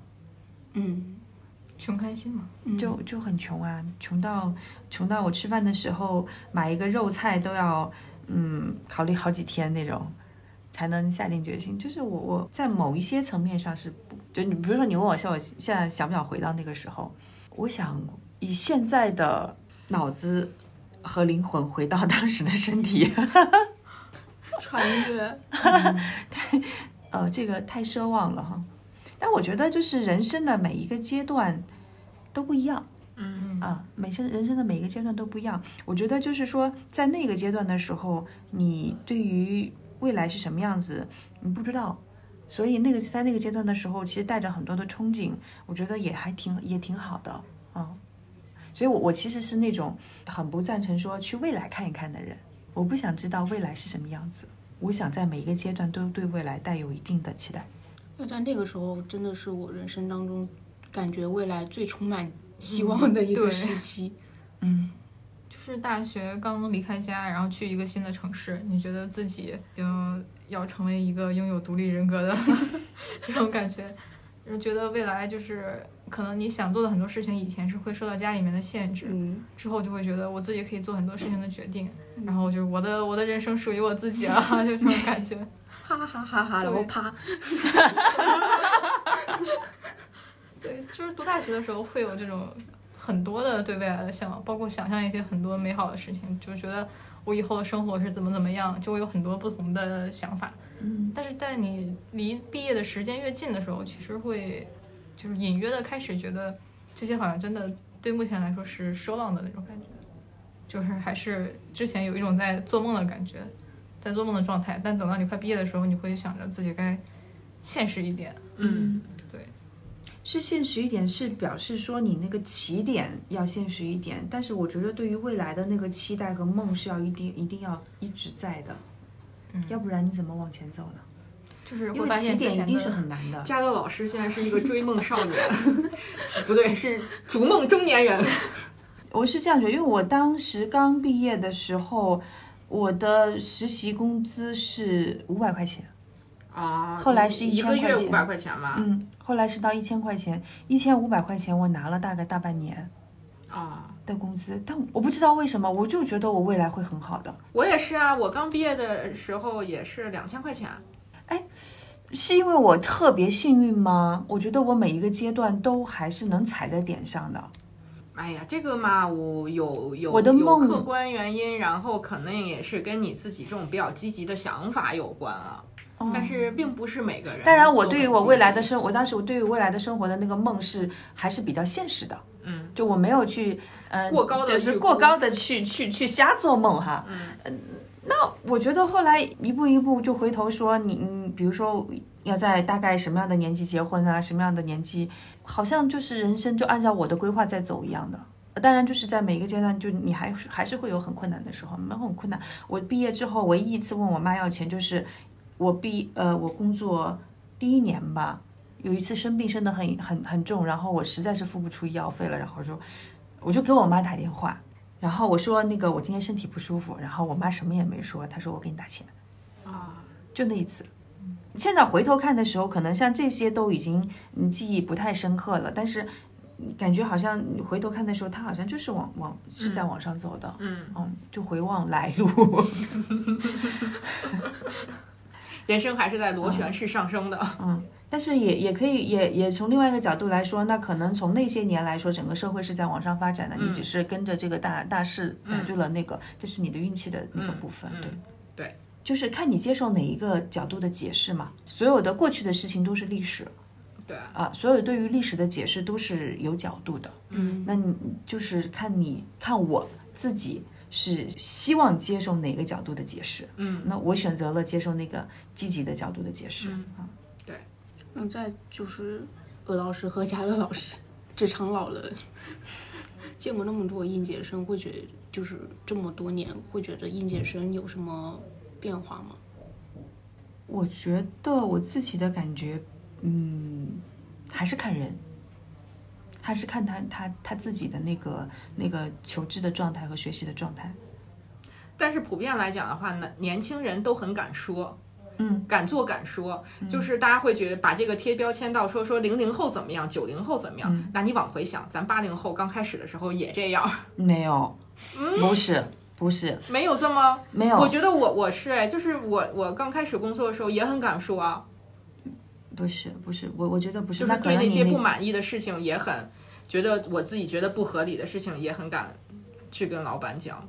嗯， 穷开心嘛，嗯就就很穷啊，穷到穷到我吃饭的时候买一个肉菜都要嗯考虑好几天那种，才能下定决心。就是我我在某一些层面上是不，就你比如说你问我说我现在想不想回到那个时候，我想以现在的脑子和灵魂回到 当时的身体， 穿越，呃，这个太奢望了哈。但我觉得就是人生的每一个阶段都不一样。嗯，嗯，啊，每生人生的每一个阶段都不一样。我觉得就是说，在那个阶段的时候，你对于未来是什么样子，你不知道，所以那个在那个阶段的时候，其实带着很多的憧憬，我觉得也还挺也挺好的，嗯。所以我，我其实是那种很不赞成说去未来看一看的人，我不想知道未来是什么样子，我想在每一个阶段都对未来带有一定的期待。那在那个时候真的是我人生当中感觉未来最充满希望的一嗯个对时期。嗯，就是大学刚离开家，然后去一个新的城市，你觉得自己已经要成为一个拥有独立人格的 这种感觉，就觉得未来就是可能你想做的很多事情，以前是会受到家里面的限制，嗯，之后就会觉得我自己可以做很多事情的决定，然后就是我的我的人生属于我自己了， 就这种感觉。哈哈哈哈，然后啪，对，就是读大学的时候会有这种很多的对未来的向往，包括想象一些很多美好的事情，就觉得我以后的生活是怎么怎么样，就会有很多不同的想法。嗯，但是在你离毕业的时间越近的时候，其实会就是隐约的开始觉得这些好像真的对目前来说是奢望的那种感觉，就是还是之前有一种在做梦的感觉，在做梦的状态。但等到你快毕业的时候，你会想着自己该现实一点。嗯，是现实一点，是表示说你那个起点要现实一点，但是我觉得对于未来的那个期待和梦是要一定一定要一直在的，嗯要不然你怎么往前走呢？就是因会为发起现之点一前定是的很难的。嘉乐老师现在是一个追梦少年， 不对，是逐梦中年人。我是这样觉得，因为我当时刚毕业的时候，我的实习工资是五百块钱，啊，后来是一1000个月块钱五百块钱嘛？嗯，后来是到一千块钱，一千五百块钱我拿了大概大半年啊，的工资，但我不知道为什么，我就觉得我未来会很好的。我也是啊，我刚毕业的时候也是两千块钱。是因为我特别幸运吗？我觉得我每一个阶段都还是能踩在点上的。哎呀，这个嘛，我有有我的有梦客观原因，然后可能也是跟你自己这种比较积极的想法有关啊。但是并不是每个人。哦当然，我对于我未来的，生，我当时我对于未来的生活的那个梦是还是比较现实的。嗯，就我没有去，嗯、呃，过高的就预是估过高的去去去瞎做梦哈。嗯、那我觉得后来一步一步就回头说你，你比如说要在大概什么样的年纪结婚啊，什么样的年纪，好像就是人生就按照我的规划在走一样的。当然，就是在每一个阶段，就你还是还是会有很困难的时候，没有很困难。我毕业之后，唯一一次问我妈要钱，就是我毕呃我工作第一年吧，有一次生病生得很很很重，然后我实在是付不出医药费了，然后就我就给我妈打电话，然后我说那个我今天身体不舒服，然后我妈什么也没说，她说我给你打钱，啊，就那一次。现在回头看的时候，可能像这些都已经嗯记忆不太深刻了，但是感觉好像你回头看的时候，她好像就是往往是在往上走的，嗯，嗯，就回望来路。人生还是在螺嗯旋式上升的。但是也也可以，也也从另外一个角度来说，那可能从那些年来说，整个社会是在往上发展嗯的，你只是跟着这个大大势反对了那个，这是你的运气的那个部分，嗯对对，就是看你接受哪一个角度的解释嘛。所有的过去的事情都是历史，对，啊，所有对于历史的解释都是有角度的。嗯，那你就是看你看我自己是希望接受哪个角度的解释，嗯，那我选择了接受那个积极的角度的解释。嗯啊，那再就是鹅老师和嘉乐老师，职场老人，见过那么多应届生，会觉得就是这么多年，会觉得应届生有什么变化吗？我觉得我自己的感觉，嗯，还是看人，还是看他他他自己的那个那个求知的状态和学习的状态。但是普遍来讲的话呢，年轻人都很敢说，嗯，敢做敢说，就是大家会觉得把这个贴标签到说说零零后怎么样，九零后怎么样？嗯那你往回想，咱八零后刚开始的时候也这样，没有，不是不是没有这么。没有，嗯我觉得我我是哎，就是我我刚开始工作的时候也很敢说啊，不是不是，我我觉得不是，就是可对能那你些那不满意的事情也很，觉得我自己觉得不合理的事情也很敢去跟老板讲。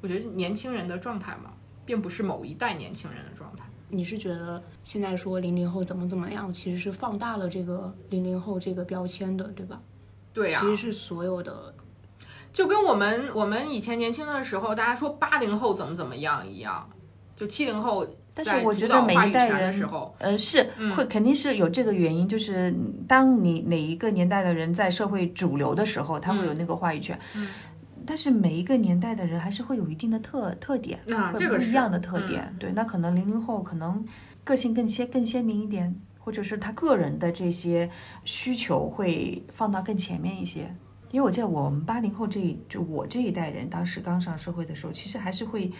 我觉得年轻人的状态嘛，并不是某一代年轻人的状态。你是觉得现在说零零后怎么怎么样，其实是放大了这个零零后这个标签的，对吧？对呀、其实是所有的，就跟我们我们以前年轻的时候，大家说八零后怎么怎么样一样，就七零后但在是我主觉导得每话一语代权的时人候，嗯呃，是会肯定是有这个原因，就是当你哪一个年代的人在社会主流的时候，他会有那个话语权。嗯但是每一个年代的人还是会有一定的特特点，那会啊这不个是嗯一样的特点。对，那可能零零后可能个性更鲜更鲜明一点，或者是他个人的这些需求会放到更前面一些。因为我记得我们八零后这一就我这一代人，当时刚上社会的时候，其实还是会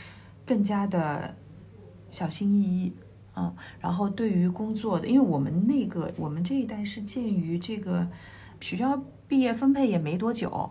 更加的小心翼翼，嗯，然后对于工作的，因为我们那个我们这一代是鉴于这个学校毕业分配也没多久，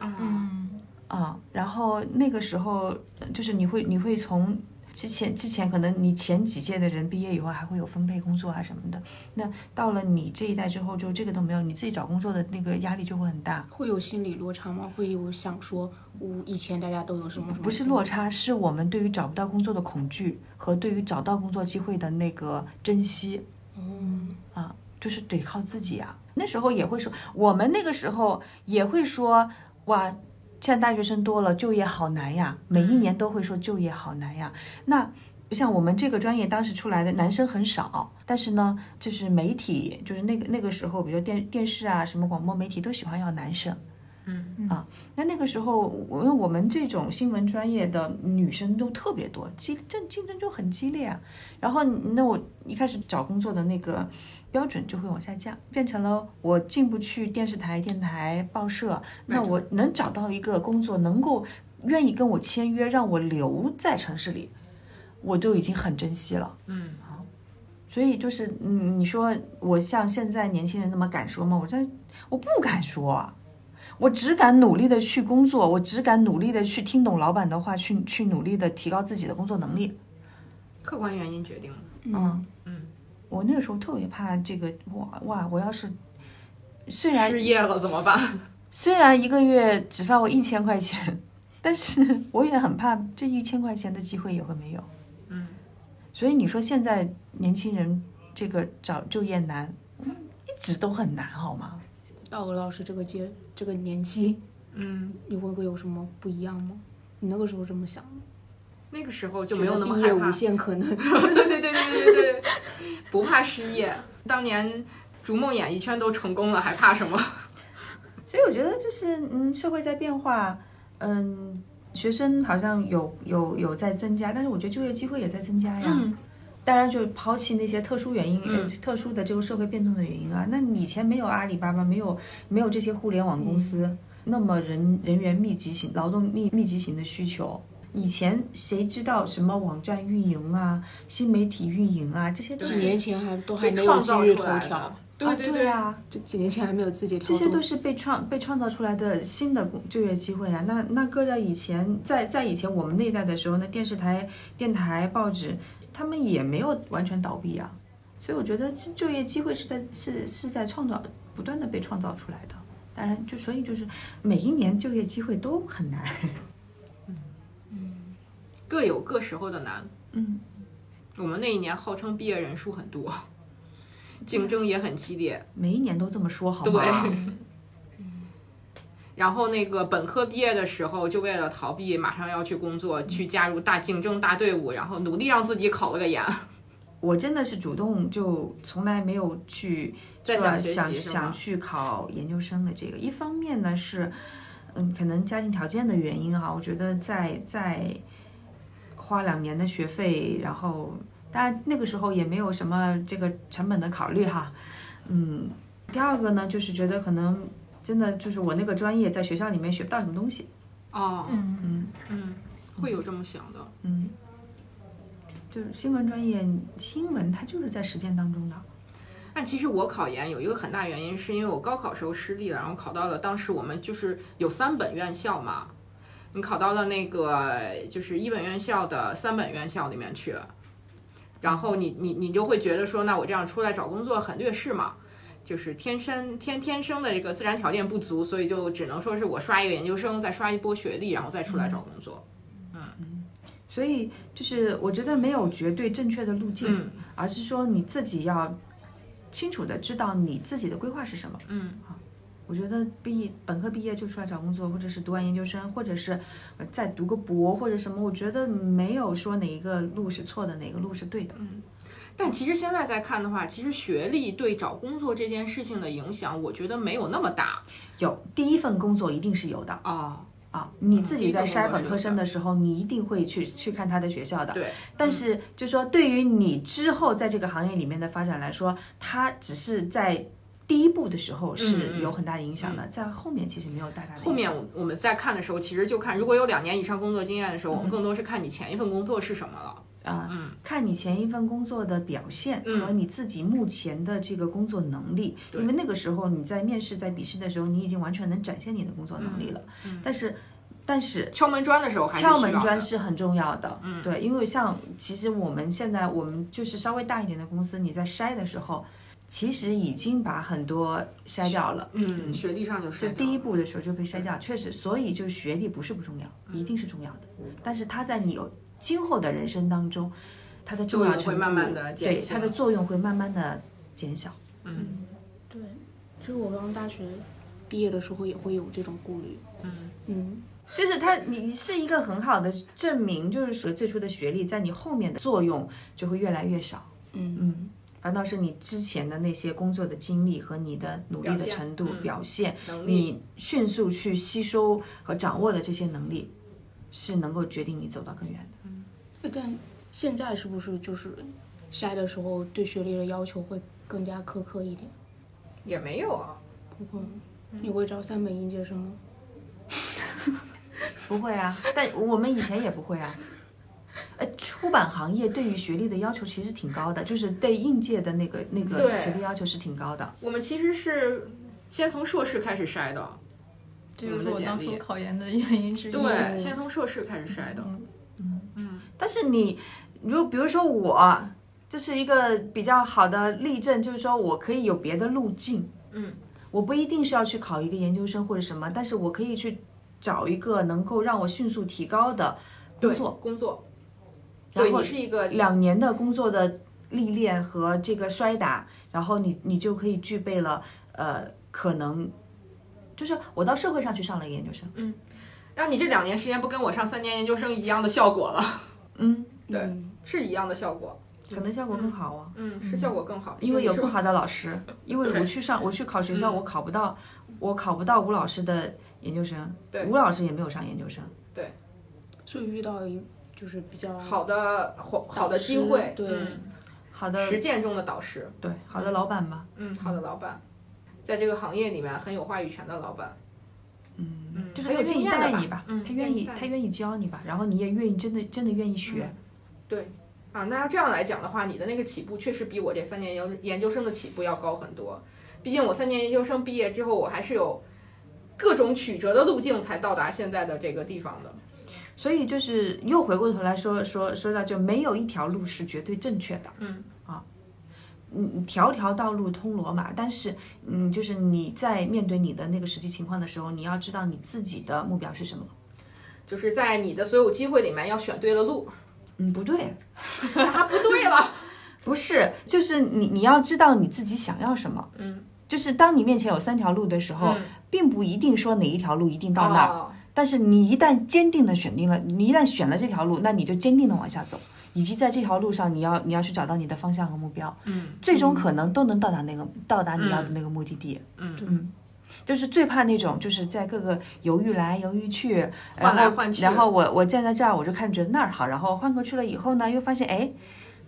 嗯，嗯，啊，然后那个时候呃就是你会你会从之前之前可能你前几届的人毕业以后还会有分配工作啊什么的，那到了你这一代之后就这个都没有，你自己找工作的那个压力就会很大。会有心理落差吗？会有想说，我以前大家都有什么什么？不是落，差，是我们对于找不到工作的恐惧和对于找到工作机会的那个珍惜。嗯，啊，就是得靠自己啊。那时候也会说，我们那个时候也会说，哇，现在大学生多了，就业好难呀，每一年都会说就业好难呀。那像我们这个专业当时出来的男生很少，但是呢，就是媒体，就是那个那个时候，比如电电视啊，什么广播媒体都喜欢要男生。嗯啊，那那个时候，我因为我们这种新闻专业的女生都特别多，激竞竞争就很激烈啊。然后，那我一开始找工作的那个标准就会往下降，变成了我进不去电视台、电台、报社，那我能找到一个工作，能够愿意跟我签约，让我留在城市里，我就已经很珍惜了。嗯，所以就是，嗯，你说我像现在年轻人那么敢说吗？我真我不敢说啊，我只敢努力的去工作，我只敢努力的去听懂老板的话，去去努力的提高自己的工作能力。客观原因决定了。嗯嗯，我那个时候特别怕这个，哇哇，我要是虽然失业了怎么办？虽然一个月只发我一千块钱，但是 我也很怕这一千块钱的机会也会没有。嗯，所以你说现在年轻人这个找就业难，一直都很难，好吗？到鹅老师这个阶这个年纪，嗯，你会不会有什么不一样吗？你那个时候这么想吗？那个时候就没有那么毕害业怕无。限可能。对对对对对对对，不怕失业。当年逐梦演艺圈都成功了，还怕什么？所以我觉得就是，嗯，社会在变化，嗯，学生好像有有有在增加，但是我觉得就业机会也在增加呀。嗯当然，就抛弃那些特殊原因、呃特殊的这个社会变动的原因啊。那你以前没有阿里巴巴，没有没有这些互联网公司，嗯那么人人员密集型、劳动力密集型的需求，以前谁知道什么网站运营啊、新媒体运营啊这些几其实年前还都还被没有创今造日出头来条的，。对啊、对对，啊，就几年前还没有字节这跳动，些都是被创被创造出来的新的工就业机会啊。那那搁在以前，在在以前我们那一代的时候，那电视台、电台、报纸，他们也没有完全倒闭啊。所以我觉得这就业机会是在是是在创造不断的被创造出来的。当然，就所以就是每一年就业机会都很难。各有各时候的难。嗯，我们那一年号称毕业人数很多，竞争也很激烈。每一年都这么说好对吗？然后那个本科毕业的时候，就为了逃避马上要去工作，去加入大竞争大队伍，然后努力让自己考了个研。我真的是主动就从来没有去再做想学习想是吗想去考研究生的这个。一方面呢是，嗯，可能家庭条件的原因哈，我觉得在在花两年的学费，然后当然那个时候也没有什么这个成本的考虑哈，嗯。第二个呢，就是觉得可能真的就是我那个专业在学校里面学不到什么东西，哦，嗯嗯嗯，会有这么想的。嗯。就是新闻专业，新闻它就是在实践当中的，但其实我考研有一个很大原因，是因为我高考时候失利了，然后考到了当时我们就是有三本院校嘛，你考到了那个就是一本院校的三本院校里面去，然后你你你就会觉得说，那我这样出来找工作很劣势嘛。就是天生天天生的这个自然条件不足，所以就只能说是我刷一个研究生，再刷一波学历，然后再出来找工作。所以就是我觉得没有绝对正确的路径，嗯而是说你自己要清楚的知道你自己的规划是什么。嗯我觉得毕本科毕业就出来找工作，或者是读完研究生，或者是呃再读个博或者什么，我觉得没有说哪一个路是错的，哪个路是对的。但其实现在再看的话，其实学历对找工作这件事情的影响，我觉得没有那么大有第一份工作一定是有的哦。啊，你自己在第一份工筛作本科生的时候，你一定会去去看他的学校的。对，嗯但是就说对于你之后在这个行业里面的发展来说，它只是在第一步的时候是嗯嗯有很大的影响的，在后面其实没有大大的后影响面我我们在看的时候，其实就看如果有两年以上工作经验的时候，我嗯们更多是看你前一份工作是什么了。啊、嗯看你前一份工作的表现嗯和你自己目前的这个工作能力，对因为那个时候你在面试、在笔试的时候，你已经完全能展现你的工作能嗯力了。但是，但是敲门砖的时候还是需要敲的门砖是很重要的，嗯，对，因为像其实我们现在我们就是稍微大一点的公司，你在筛的时候，其实已经把很多筛掉了，嗯，学历上就是就第一步的时候就被筛掉，确实，所以就学历不是不重要，一定是重要的，嗯嗯但是它在你有今后的人生当中，它的重要程作度用会慢慢地减对轻它的作用会慢慢的减小。对，就是我刚大学毕业的时候也会有这种顾虑。嗯嗯，就是它，你是一个很好的证明，就是说最初的学历在你后面的作用就会越来越少。嗯嗯，反倒是你之前的那些工作的经历和你的努力的表现程度、嗯表现，能力。你迅速去吸收和掌握的这些能力，是能够决定你走到更远 的。但现在是不是就是筛的时候对学历的要求会更加苛刻一点？也没有啊，不会吗，你会招三本应届生吗？不会啊，但我们以前也不会啊。呃，出版行业对于学历的要求其实挺高的，就是对应届的那个那个对学历要求是挺高的。我们其实是先从硕士开始筛的，这就是我当初考研的原因之一。哦对，先从硕士开始筛的。嗯但是你，如果比如说我，这是一个比较好的例证，就是说我可以有别的路径，嗯，我不一定是要去考一个研究生或者什么，但是我可以去找一个能够让我迅速提高的工对，作，工作，然对后你是一个两年的工作的历练和这个摔打，然后你你就可以具备了，呃，可能就是我到社会上去上了一个研究生，让你这两年时间不跟我上三年研究生一样的效果了，嗯，对嗯是一样的效果。可能效果更好啊。嗯，是效果更好，因为有是不好的老师，因为我去上我去考学校，嗯我考不到，我考不到吴老师的研究生，对吴老师也没有上研究生，是遇到一就是比较好的好好的导师机会，对嗯好的实践中的导师。对好的老板吧，嗯，好的老板，在这个行业里面很有话语权的老板，嗯，就是很他有愿经意验带的吧你吧，嗯，他愿意带嗯他愿意教你吧，然后你也愿意真的真的愿意学，啊。那要这样来讲的话，你的那个起步确实比我这三年研研究生的起步要高很多。毕竟我三年研究生毕业之后，我还是有各种曲折的路径才到达现在的这个地方的。所以就是又回过头来说说说到，就没有一条路是绝对正确的。嗯啊，嗯，条条道路通罗马，但是嗯，就是你在面对你的那个实际情况的时候，你要知道你自己的目标是什么。就是在你的所有机会里面要选对了路，嗯，不对，啊，不对了，不是，就是你你要知道你自己想要什么。嗯，就是当你面前有三条路的时候，嗯并不一定说哪一条路一定到那儿，哦 但是你一旦坚定的选定了，你一旦选了这条路，那你就坚定的往下走，以及在这条路上你要你要去找到你的方向和目标，嗯最终可能都能到达那个到达你要的那个目的地。嗯嗯，就是最怕那种就是在各个犹豫来犹豫去，然换来后换去然后我我站在这儿，我就看觉得那儿好，然后换过去了以后呢，又发现哎。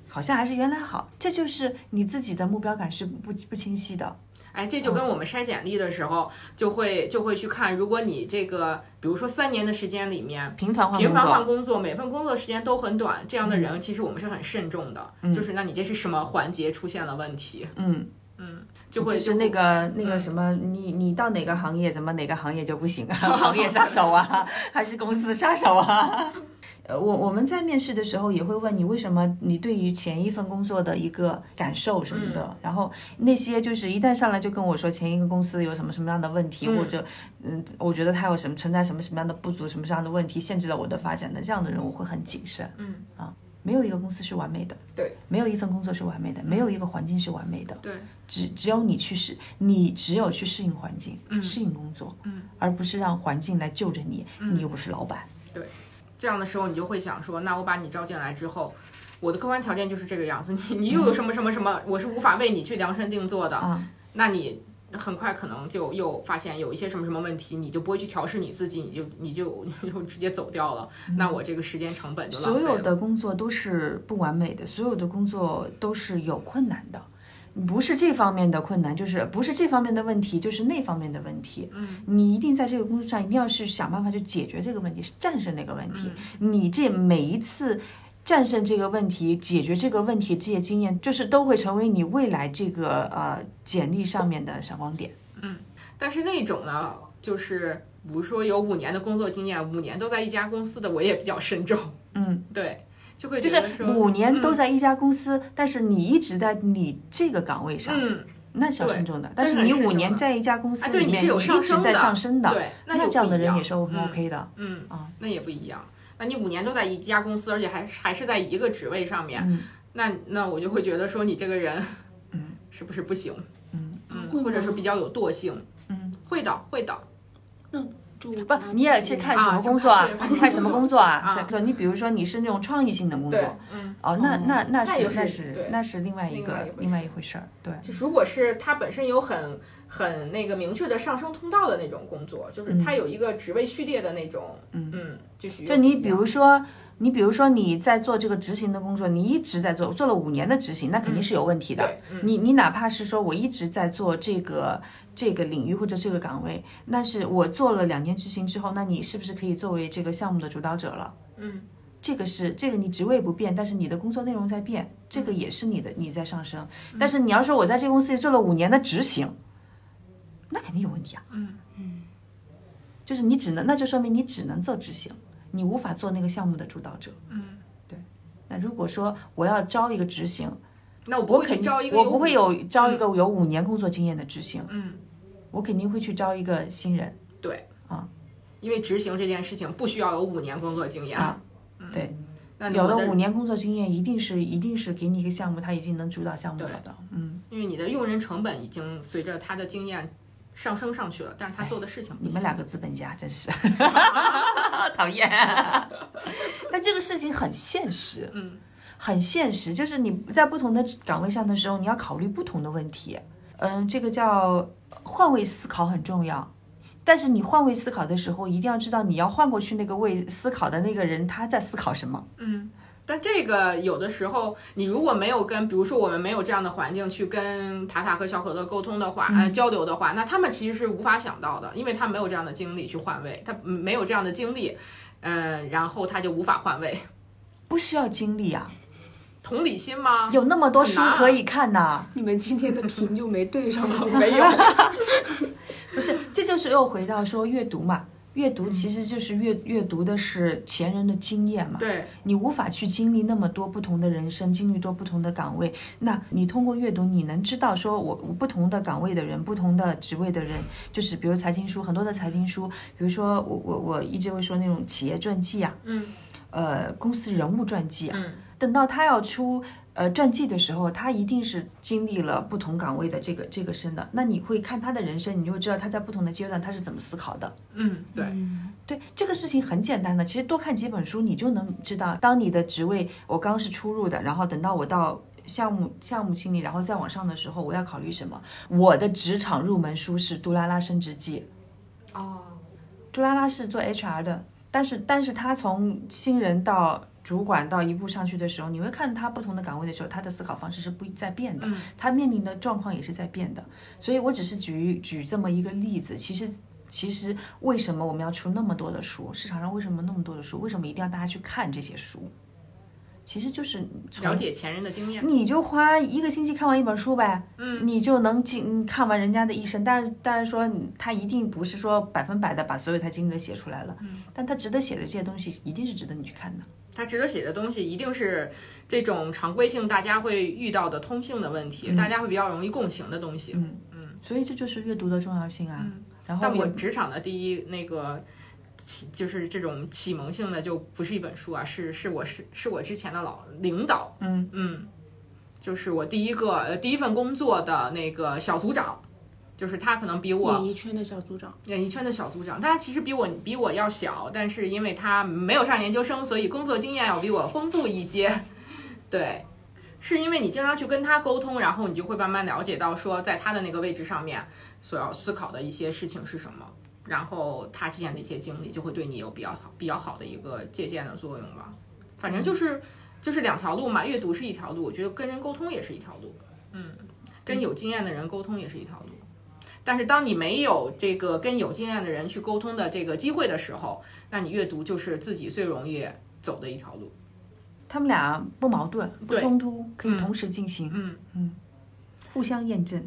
好像还是原来好，这就是你自己的目标感是不不清晰的。哎，这就跟我们筛简历的时候，就会就会去看，如果你这个，比如说三年的时间里面，频繁啊换工频繁换作，嗯工作，每份工作时间都很短，这样的人其实我们是很慎重的。就是那你这是什么环节出现了问题？嗯，嗯，就嗯会就是会那个那个什么，你你到哪个行业，怎么哪个行业就 不行啊？行业杀手啊，还是公司杀手啊？呃，我我们在面试的时候也会问你为什么你对于前一份工作的一个感受什么的，嗯然后那些就是一旦上来就跟我说前一个公司有什么什么样的问题，或者嗯，我觉得它有什么存在什么什么样的不足，什么什么样的问题限制了我的发展的，这样的人我会很谨慎。嗯啊，没有一个公司是完美的，对，没有一份工作是完美的，没有一个环境是完美的，对，只只有你去适，你只有去适应环境，适应工作，嗯，而不是让环境来救着你，你又不是老板，这样的时候，你就会想说，那我把你招进来之后，我的客观条件就是这个样子，你你又有什么什么什么，我是无法为你去量身定做的。嗯啊那你很快可能就又发现有一些什么什么问题，你就不会去调试你自己，你就你就你就直接走掉了。那我这个时间成本就浪所费了。有的工作都是不完美的，所有的工作都是有困难的。不是这方面的困难，就是不是这方面的问题，就是那方面的问题。嗯，你一定在这个工作上一定要去想办法去解决这个问题，是战胜那个问题。嗯你这每一次战胜这个问题、解决这个问题，这些经验就是都会成为你未来这个呃简历上面的闪光点。但是那种呢，就是比如说有五年的工作经验，五年都在一家公司的，我也比较慎重。嗯，对，就会就觉是得说嗯五年都在一家公司，但是你一直在你这个岗位上，嗯，那是要慎重的。但但是是你很慎五重年的在一家公司哎对里你面，是有一上直升在的上升的，对，那那就这样不的一人样也是很嗯 OK 的。嗯啊那也不一样。那你五年都在一家公司，而且还还是在一个职位上面，嗯那那我就会觉得说你这个人，嗯，是不是不行？嗯嗯，会或者吗是比较有惰性。嗯，会的，会的。就不，你也是看什么工作啊啊是？看是看什么工作啊？啊是说你比如说你是那种创意性的工作对，，嗯。哦，那那那那是也那是对是那是另外一另外一个回事另外一回事儿，对。就如果是他本身有很很那个明确的上升通道的那种工作，就是嗯他有一个职位序列的那种，嗯嗯，就是就你比如说，你比如说你在做这个执行的工作，你一直在做，做了五年的执行，那肯定是有问题的。对，嗯你你哪怕是说我一直在做这个这个领域或者这个岗位，但是我做了两年执行之后，那你是不是可以作为这个项目的主导者了？嗯这个是这个你职位不变，但是你的工作内容在变，这嗯个也是你的你在上升。但是你要说我在这个公司里做了五年的执行，那肯定有问题啊。嗯就是你只能，那就说明你只能做执行，你无法做那个项目的主导者。嗯，那如果说我要招一个执行，那我不我会去肯定招一个，我不会，有招一个有五年工作经验的执行，嗯，我肯定会去招一个新人。因为执行这件事情不需要有五年工作经验啊，嗯对，那有我了的五年工作经验，一定是一定是给你一个项目，他已经能主导项目了的。嗯，因为你的用人成本已经随着他的经验上升上去了，但是他做的事情不哎你行，们两个资本家 真是讨厌。但这个事情很现实，嗯，很现实，就是你在不同的岗位上的时候，你要考虑不同的问题。嗯，这个叫换位思考很重要。但是你换位思考的时候，一定要知道你要换过去那个位思考的那个人他在思考什么。嗯，但这个有的时候，你如果没有跟，比如说我们没有这样的环境去跟塔塔和小可乐沟通的话，呃，交流的话，那他们其实是无法想到的，因为他没有这样的经历去换位，他没有这样的经历，嗯、然后他就无法换位。不需要经历啊，同理心吗？有那么多很书难啊可以看呐、你们今 天的屏就没对上了， 没有，不是，这就是又回到说阅读嘛，阅读其实就是阅阅读的是前人的经验嘛。对，你无法去经历那么多不同的人生，经历多不同的岗位。那你通过阅读，你能知道说我我不同的岗位的人，不同的职位的人，就是比如财经书，很多的财经书，比如说我我我一直会说那种企业传记啊，嗯呃，公司人物传记啊，嗯等到他要出呃传记的时候，他一定是经历了不同岗位的这个这个升的。那你会看他的人生，你就会知道他在不同的阶段他是怎么思考的。嗯，对，对这个事情很简单的，其实多看几本书，你就能知道，当你的职位我刚是初入的，然后等到我到项目项目经理，然后再往上的时候，我要考虑什么？我的职场入门书是《杜拉拉升职记》，哦，杜拉拉是做 HR 的，但是但是他从新人到主管到一步上去的时候，你会看他不同的岗位的时候，他的思考方式是不在变的，他面临的状况也是在变的。所以我只是举举这么一个例子，其实。其实为什么我们要出那么多的书？市场上为什么那么多的书？为什么一定要大家去看这些书？其实就是从了解前人的经验，你就花一个星期看完一本书呗，嗯，你就能经看完人家的一生。但是，但是说他一定不是说百分百的把所有他经历的写出来了，嗯，但他值得写的这些东西一定是值得你去看的。他值得写的东西一定是这种常规性大家会遇到的通性的问题，大家会比较容易共情的东西。嗯嗯。所以这就是阅读的重要性啊。然后但也我职场的第一那个启就是这种启蒙性的，就不是一本书啊，是是我是是我之前的老领导，嗯嗯，就是我第一个呃第一份工作的那个小组长，就是他可能比我演艺圈的小组长，演艺圈的小组长，但他其实比我比我要小，但是因为他没有上研究生，所以工作经验要比我丰富一些。对，是因为你经常去跟他沟通，然后你就会慢慢了解到说，在他的那个位置上面所要思考的一些事情是什么，然后他之前的一些经历就会对你有比较好比较好的一个借鉴的作用吧。反正就是就是两条路嘛，阅读是一条路，我觉得跟人沟通也是一条路，嗯，跟有经验的人沟通也是一条路。但是当你没有这个跟有经验的人去沟通的这个机会的时候，那你阅读就是自己最容易走的一条路。他们俩不矛盾、不对冲突，可以嗯同时进行，嗯嗯，互相验证。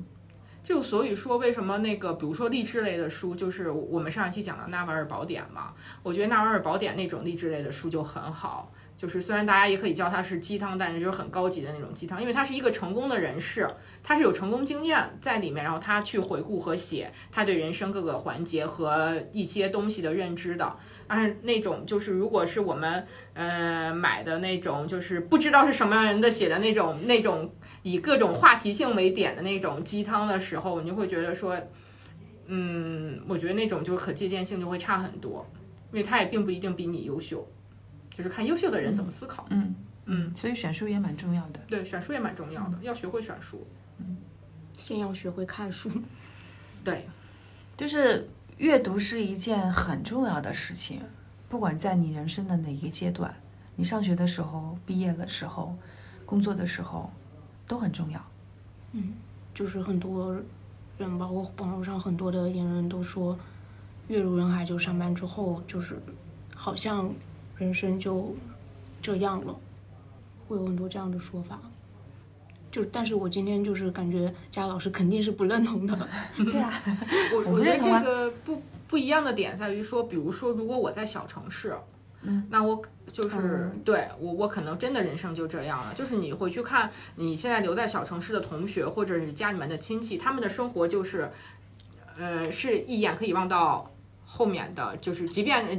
就所以说，为什么那个，比如说励志类的书，就是我我们上一期讲到《纳瓦尔宝典》嘛，我觉得《纳瓦尔宝典》那种励志类的书就很好。就是虽然大家也可以叫它是鸡汤，但是就是很高级的那种鸡汤，因为他是一个成功的人士，他是有成功经验在里面，然后他去回顾和写他对人生各个环节和一些东西的认知的。但是那种就是如果是我们呃买的那种，就是不知道是什么样人的写的那种那种以各种话题性为点的那种鸡汤的时候，你就会觉得说，嗯，我觉得那种就是可借鉴性就会差很多，因为他也并不一定比你优秀，就是看优秀的人怎么思考。嗯嗯，所以选书也蛮重要的。对，选书也蛮重要的，要学会选书。先要学会看书。对，就是阅读是一件很重要的事情，不管在你人生的哪一个阶段，你上学的时候、毕业的时候、工作的时候，都很 重要。就是很多人，包括网络上很多的言论都说，月入人海就上班之后，就是好像人生就这样了，会有很多这样的说法。就但是我今天就是感觉佳老师肯定是不认同的，对啊，我我不我觉认得同啊这个不不一样的点在于说，比如说，如果我在小城市，嗯，那我就是、哦嗯对我我可能真的人生就这样了。就是你回去看你现在留在小城市的同学或者是家里面的亲戚，他们的生活就是，呃，是一眼可以望到。后面的就是，即便呃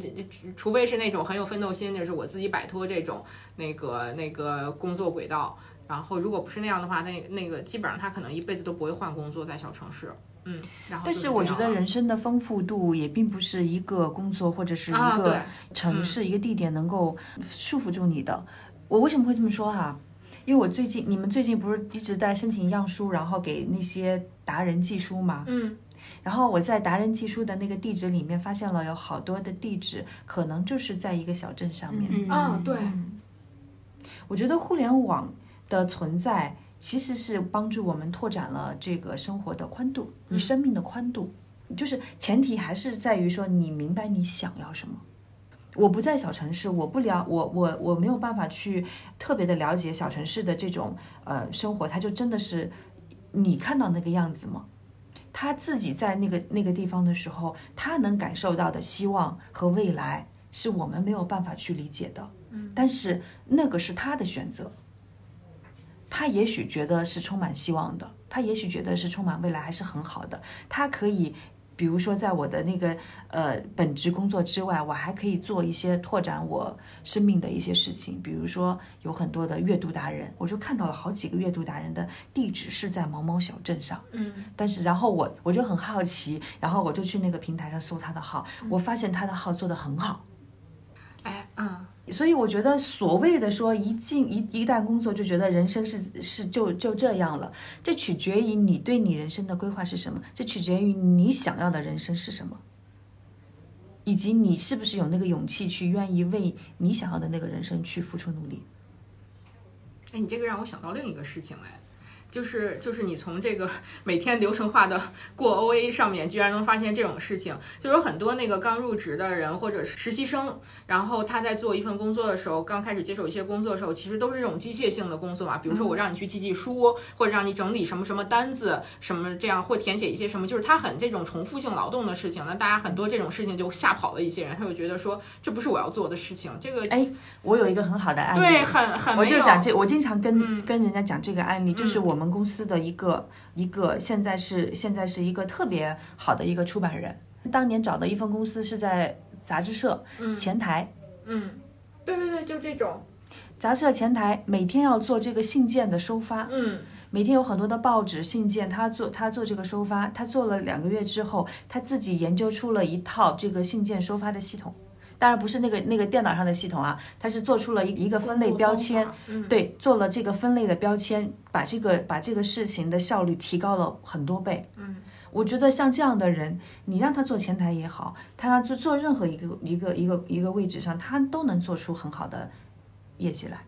除非是那种很有奋斗心，就是我自己摆脱这种那个那个工作轨道，然后如果不是那样的话，那那个基本上他可能一辈子都不会换工作，在小城市，嗯，然后但就是这我觉样得了人生的丰富度也并不是一个工作或者是一啊，对个，城市、一个地点能够束缚住你的。我为什么会这么说啊？因为我最近你们最近不是一直在申请样书，然后给那些达人寄书吗？嗯，然后我在达人技术的那个地址里面发现了有好多的地址，可能就是在一个小镇上面。嗯啊，对，我觉得互联网的存在其实是帮助我们拓展了这个生活的宽度，你生命的宽度，就是前提还是在于说你明白你想要什么。我不在小城市，我不了，我我我没有办法去特别的了解小城市的这种呃生活，它就真的是你看到那个样子吗？他自己在那个那个地方的时候，他能感受到的希望和未来，是我们没有办法去理解的。嗯，但是那个是他的选择，他也许觉得是充满希望的，他也许觉得是充满未来，还是很好的，他可以。比如说在我的那个呃本职工作之外，我还可以做一些拓展我生命的一些事情，比如说有很多的阅读达人，我就看到了好几个阅读达人的地址是在某某小镇上，嗯，但是然后我我就很好奇，然后我就去那个平台上搜他的号，我发现他的号做得很好。哎啊，所以我觉得，所谓的说一进一一旦工作就觉得人生是是就就这样了，这取决于你对你人生的规划是什么，这取决于你想要的人生是什么，以及你是不是有那个勇气去愿意为你想要的那个人生去付出努力。哎，你这个让我想到另一个事情来，就是就是你从这个 每天流程化的 过 OA 上面，居然能发现这种事情，就有很多那个刚入职的人或者是实习生，然后他在做一份工作的时候，刚开始接手一些工作的时候，其实都是这种机械性的工作嘛，比如说嗯我让你去记记书，或者让你整理什么什么单子，什么这样，或填写一些什么，就是他很这种重复性劳动的事情，那大家很多这种事情就吓跑了一些人，他就觉得说这不是我要做的事情，这个哎，我有一个很好的案例，对很很我没就有讲这，我经常跟、嗯跟人家讲这个案例，就是我们公司的一个、一个现在是现在是一个特别好的一个出版人，当年找的一份公司是在杂志社、前台，嗯，对对对，就这种，杂志社前台每天要做这个信件的收发，嗯。每天有很多的报纸信件，他做他做这个收发，他做了两个月之后，他自己研究出了一套这个信件收发的系统。当然不是那个那个电脑上的系统啊，他是做出了一一个分类标签，嗯对，做了这个分类的标签，把这个把这个事情的效率提高了很多倍。嗯，我觉得像这样的人，你让他做前台也好，他让他做做任何一个一个一个一个位置上，他都能做出很好的业绩来。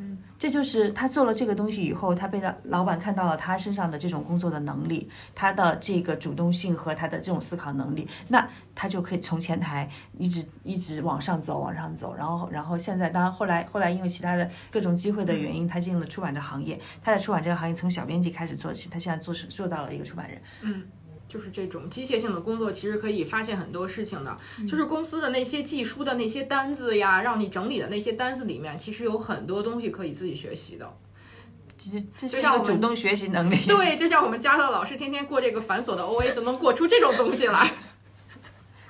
嗯，这就是他做了这个东西以后，他被老老板看到了他身上的这种工作的能力，他的这个主动性和他的这种思考能力，那他就可以从前台一直一直往上走，往上走，然后然后现在当然后来后来因为其他的各种机会的原因，他进了出版这行业，他在出版这个行业从小编辑开始做起，他现在做是做到了一个出版人。就是这种机械性的工作，其实可以发现很多事情的。就是公司的那些寄书的那些单子呀，让你整理的那些单子里面，其实有很多东西可以自己学习的。这这就是一像我个们主动学 习能力。对，就像我们家乐老师天天过这个繁琐的 OA，都能过出这种东西 来。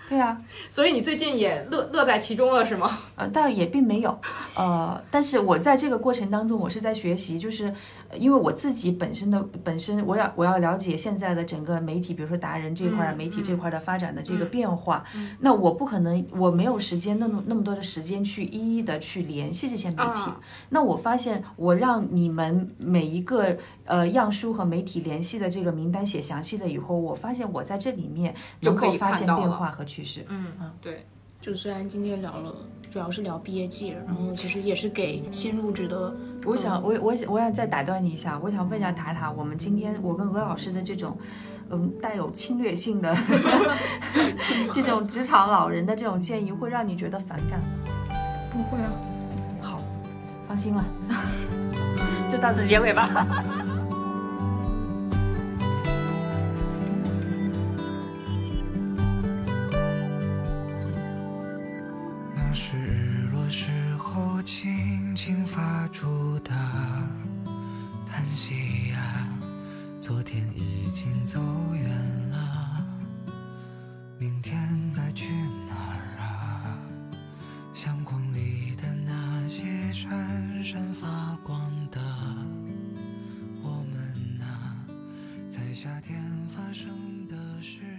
对啊，所以你最近也乐乐在其中了，是吗？呃，但也并没有，呃，但是我在这个过程当中，我是在学习，就是呃因为我自己本身的本身，我要我要了解现在的整个媒体，比如说达人这块儿、嗯媒体这嗯块儿的发展的这个嗯变化，嗯那我不可能，我没有时间那么那么多的时间去一一的去联系这些媒体。啊那我发现，我让你们每一个呃样书和媒体联系的这个名单写详细了以后，我发现我在这里面就能可够以发看现到变了化和趋势。嗯，对，就虽然今天聊了，主要是聊毕业季，然后其实也是给新入职的我想，我我想我想再打断你一下，我想问一下塔塔，我们今天我跟鹅老师的这种，嗯，带有侵略性的这种职场老人的这种建议，会让你觉得反感吗？不会啊。好，放心了， 就到此结尾吧。那是日落时候轻轻发出的叹息呀、昨天已经走远了，明天该去哪儿啊？相框里的那些闪闪发光的我们啊，在夏天发生的事。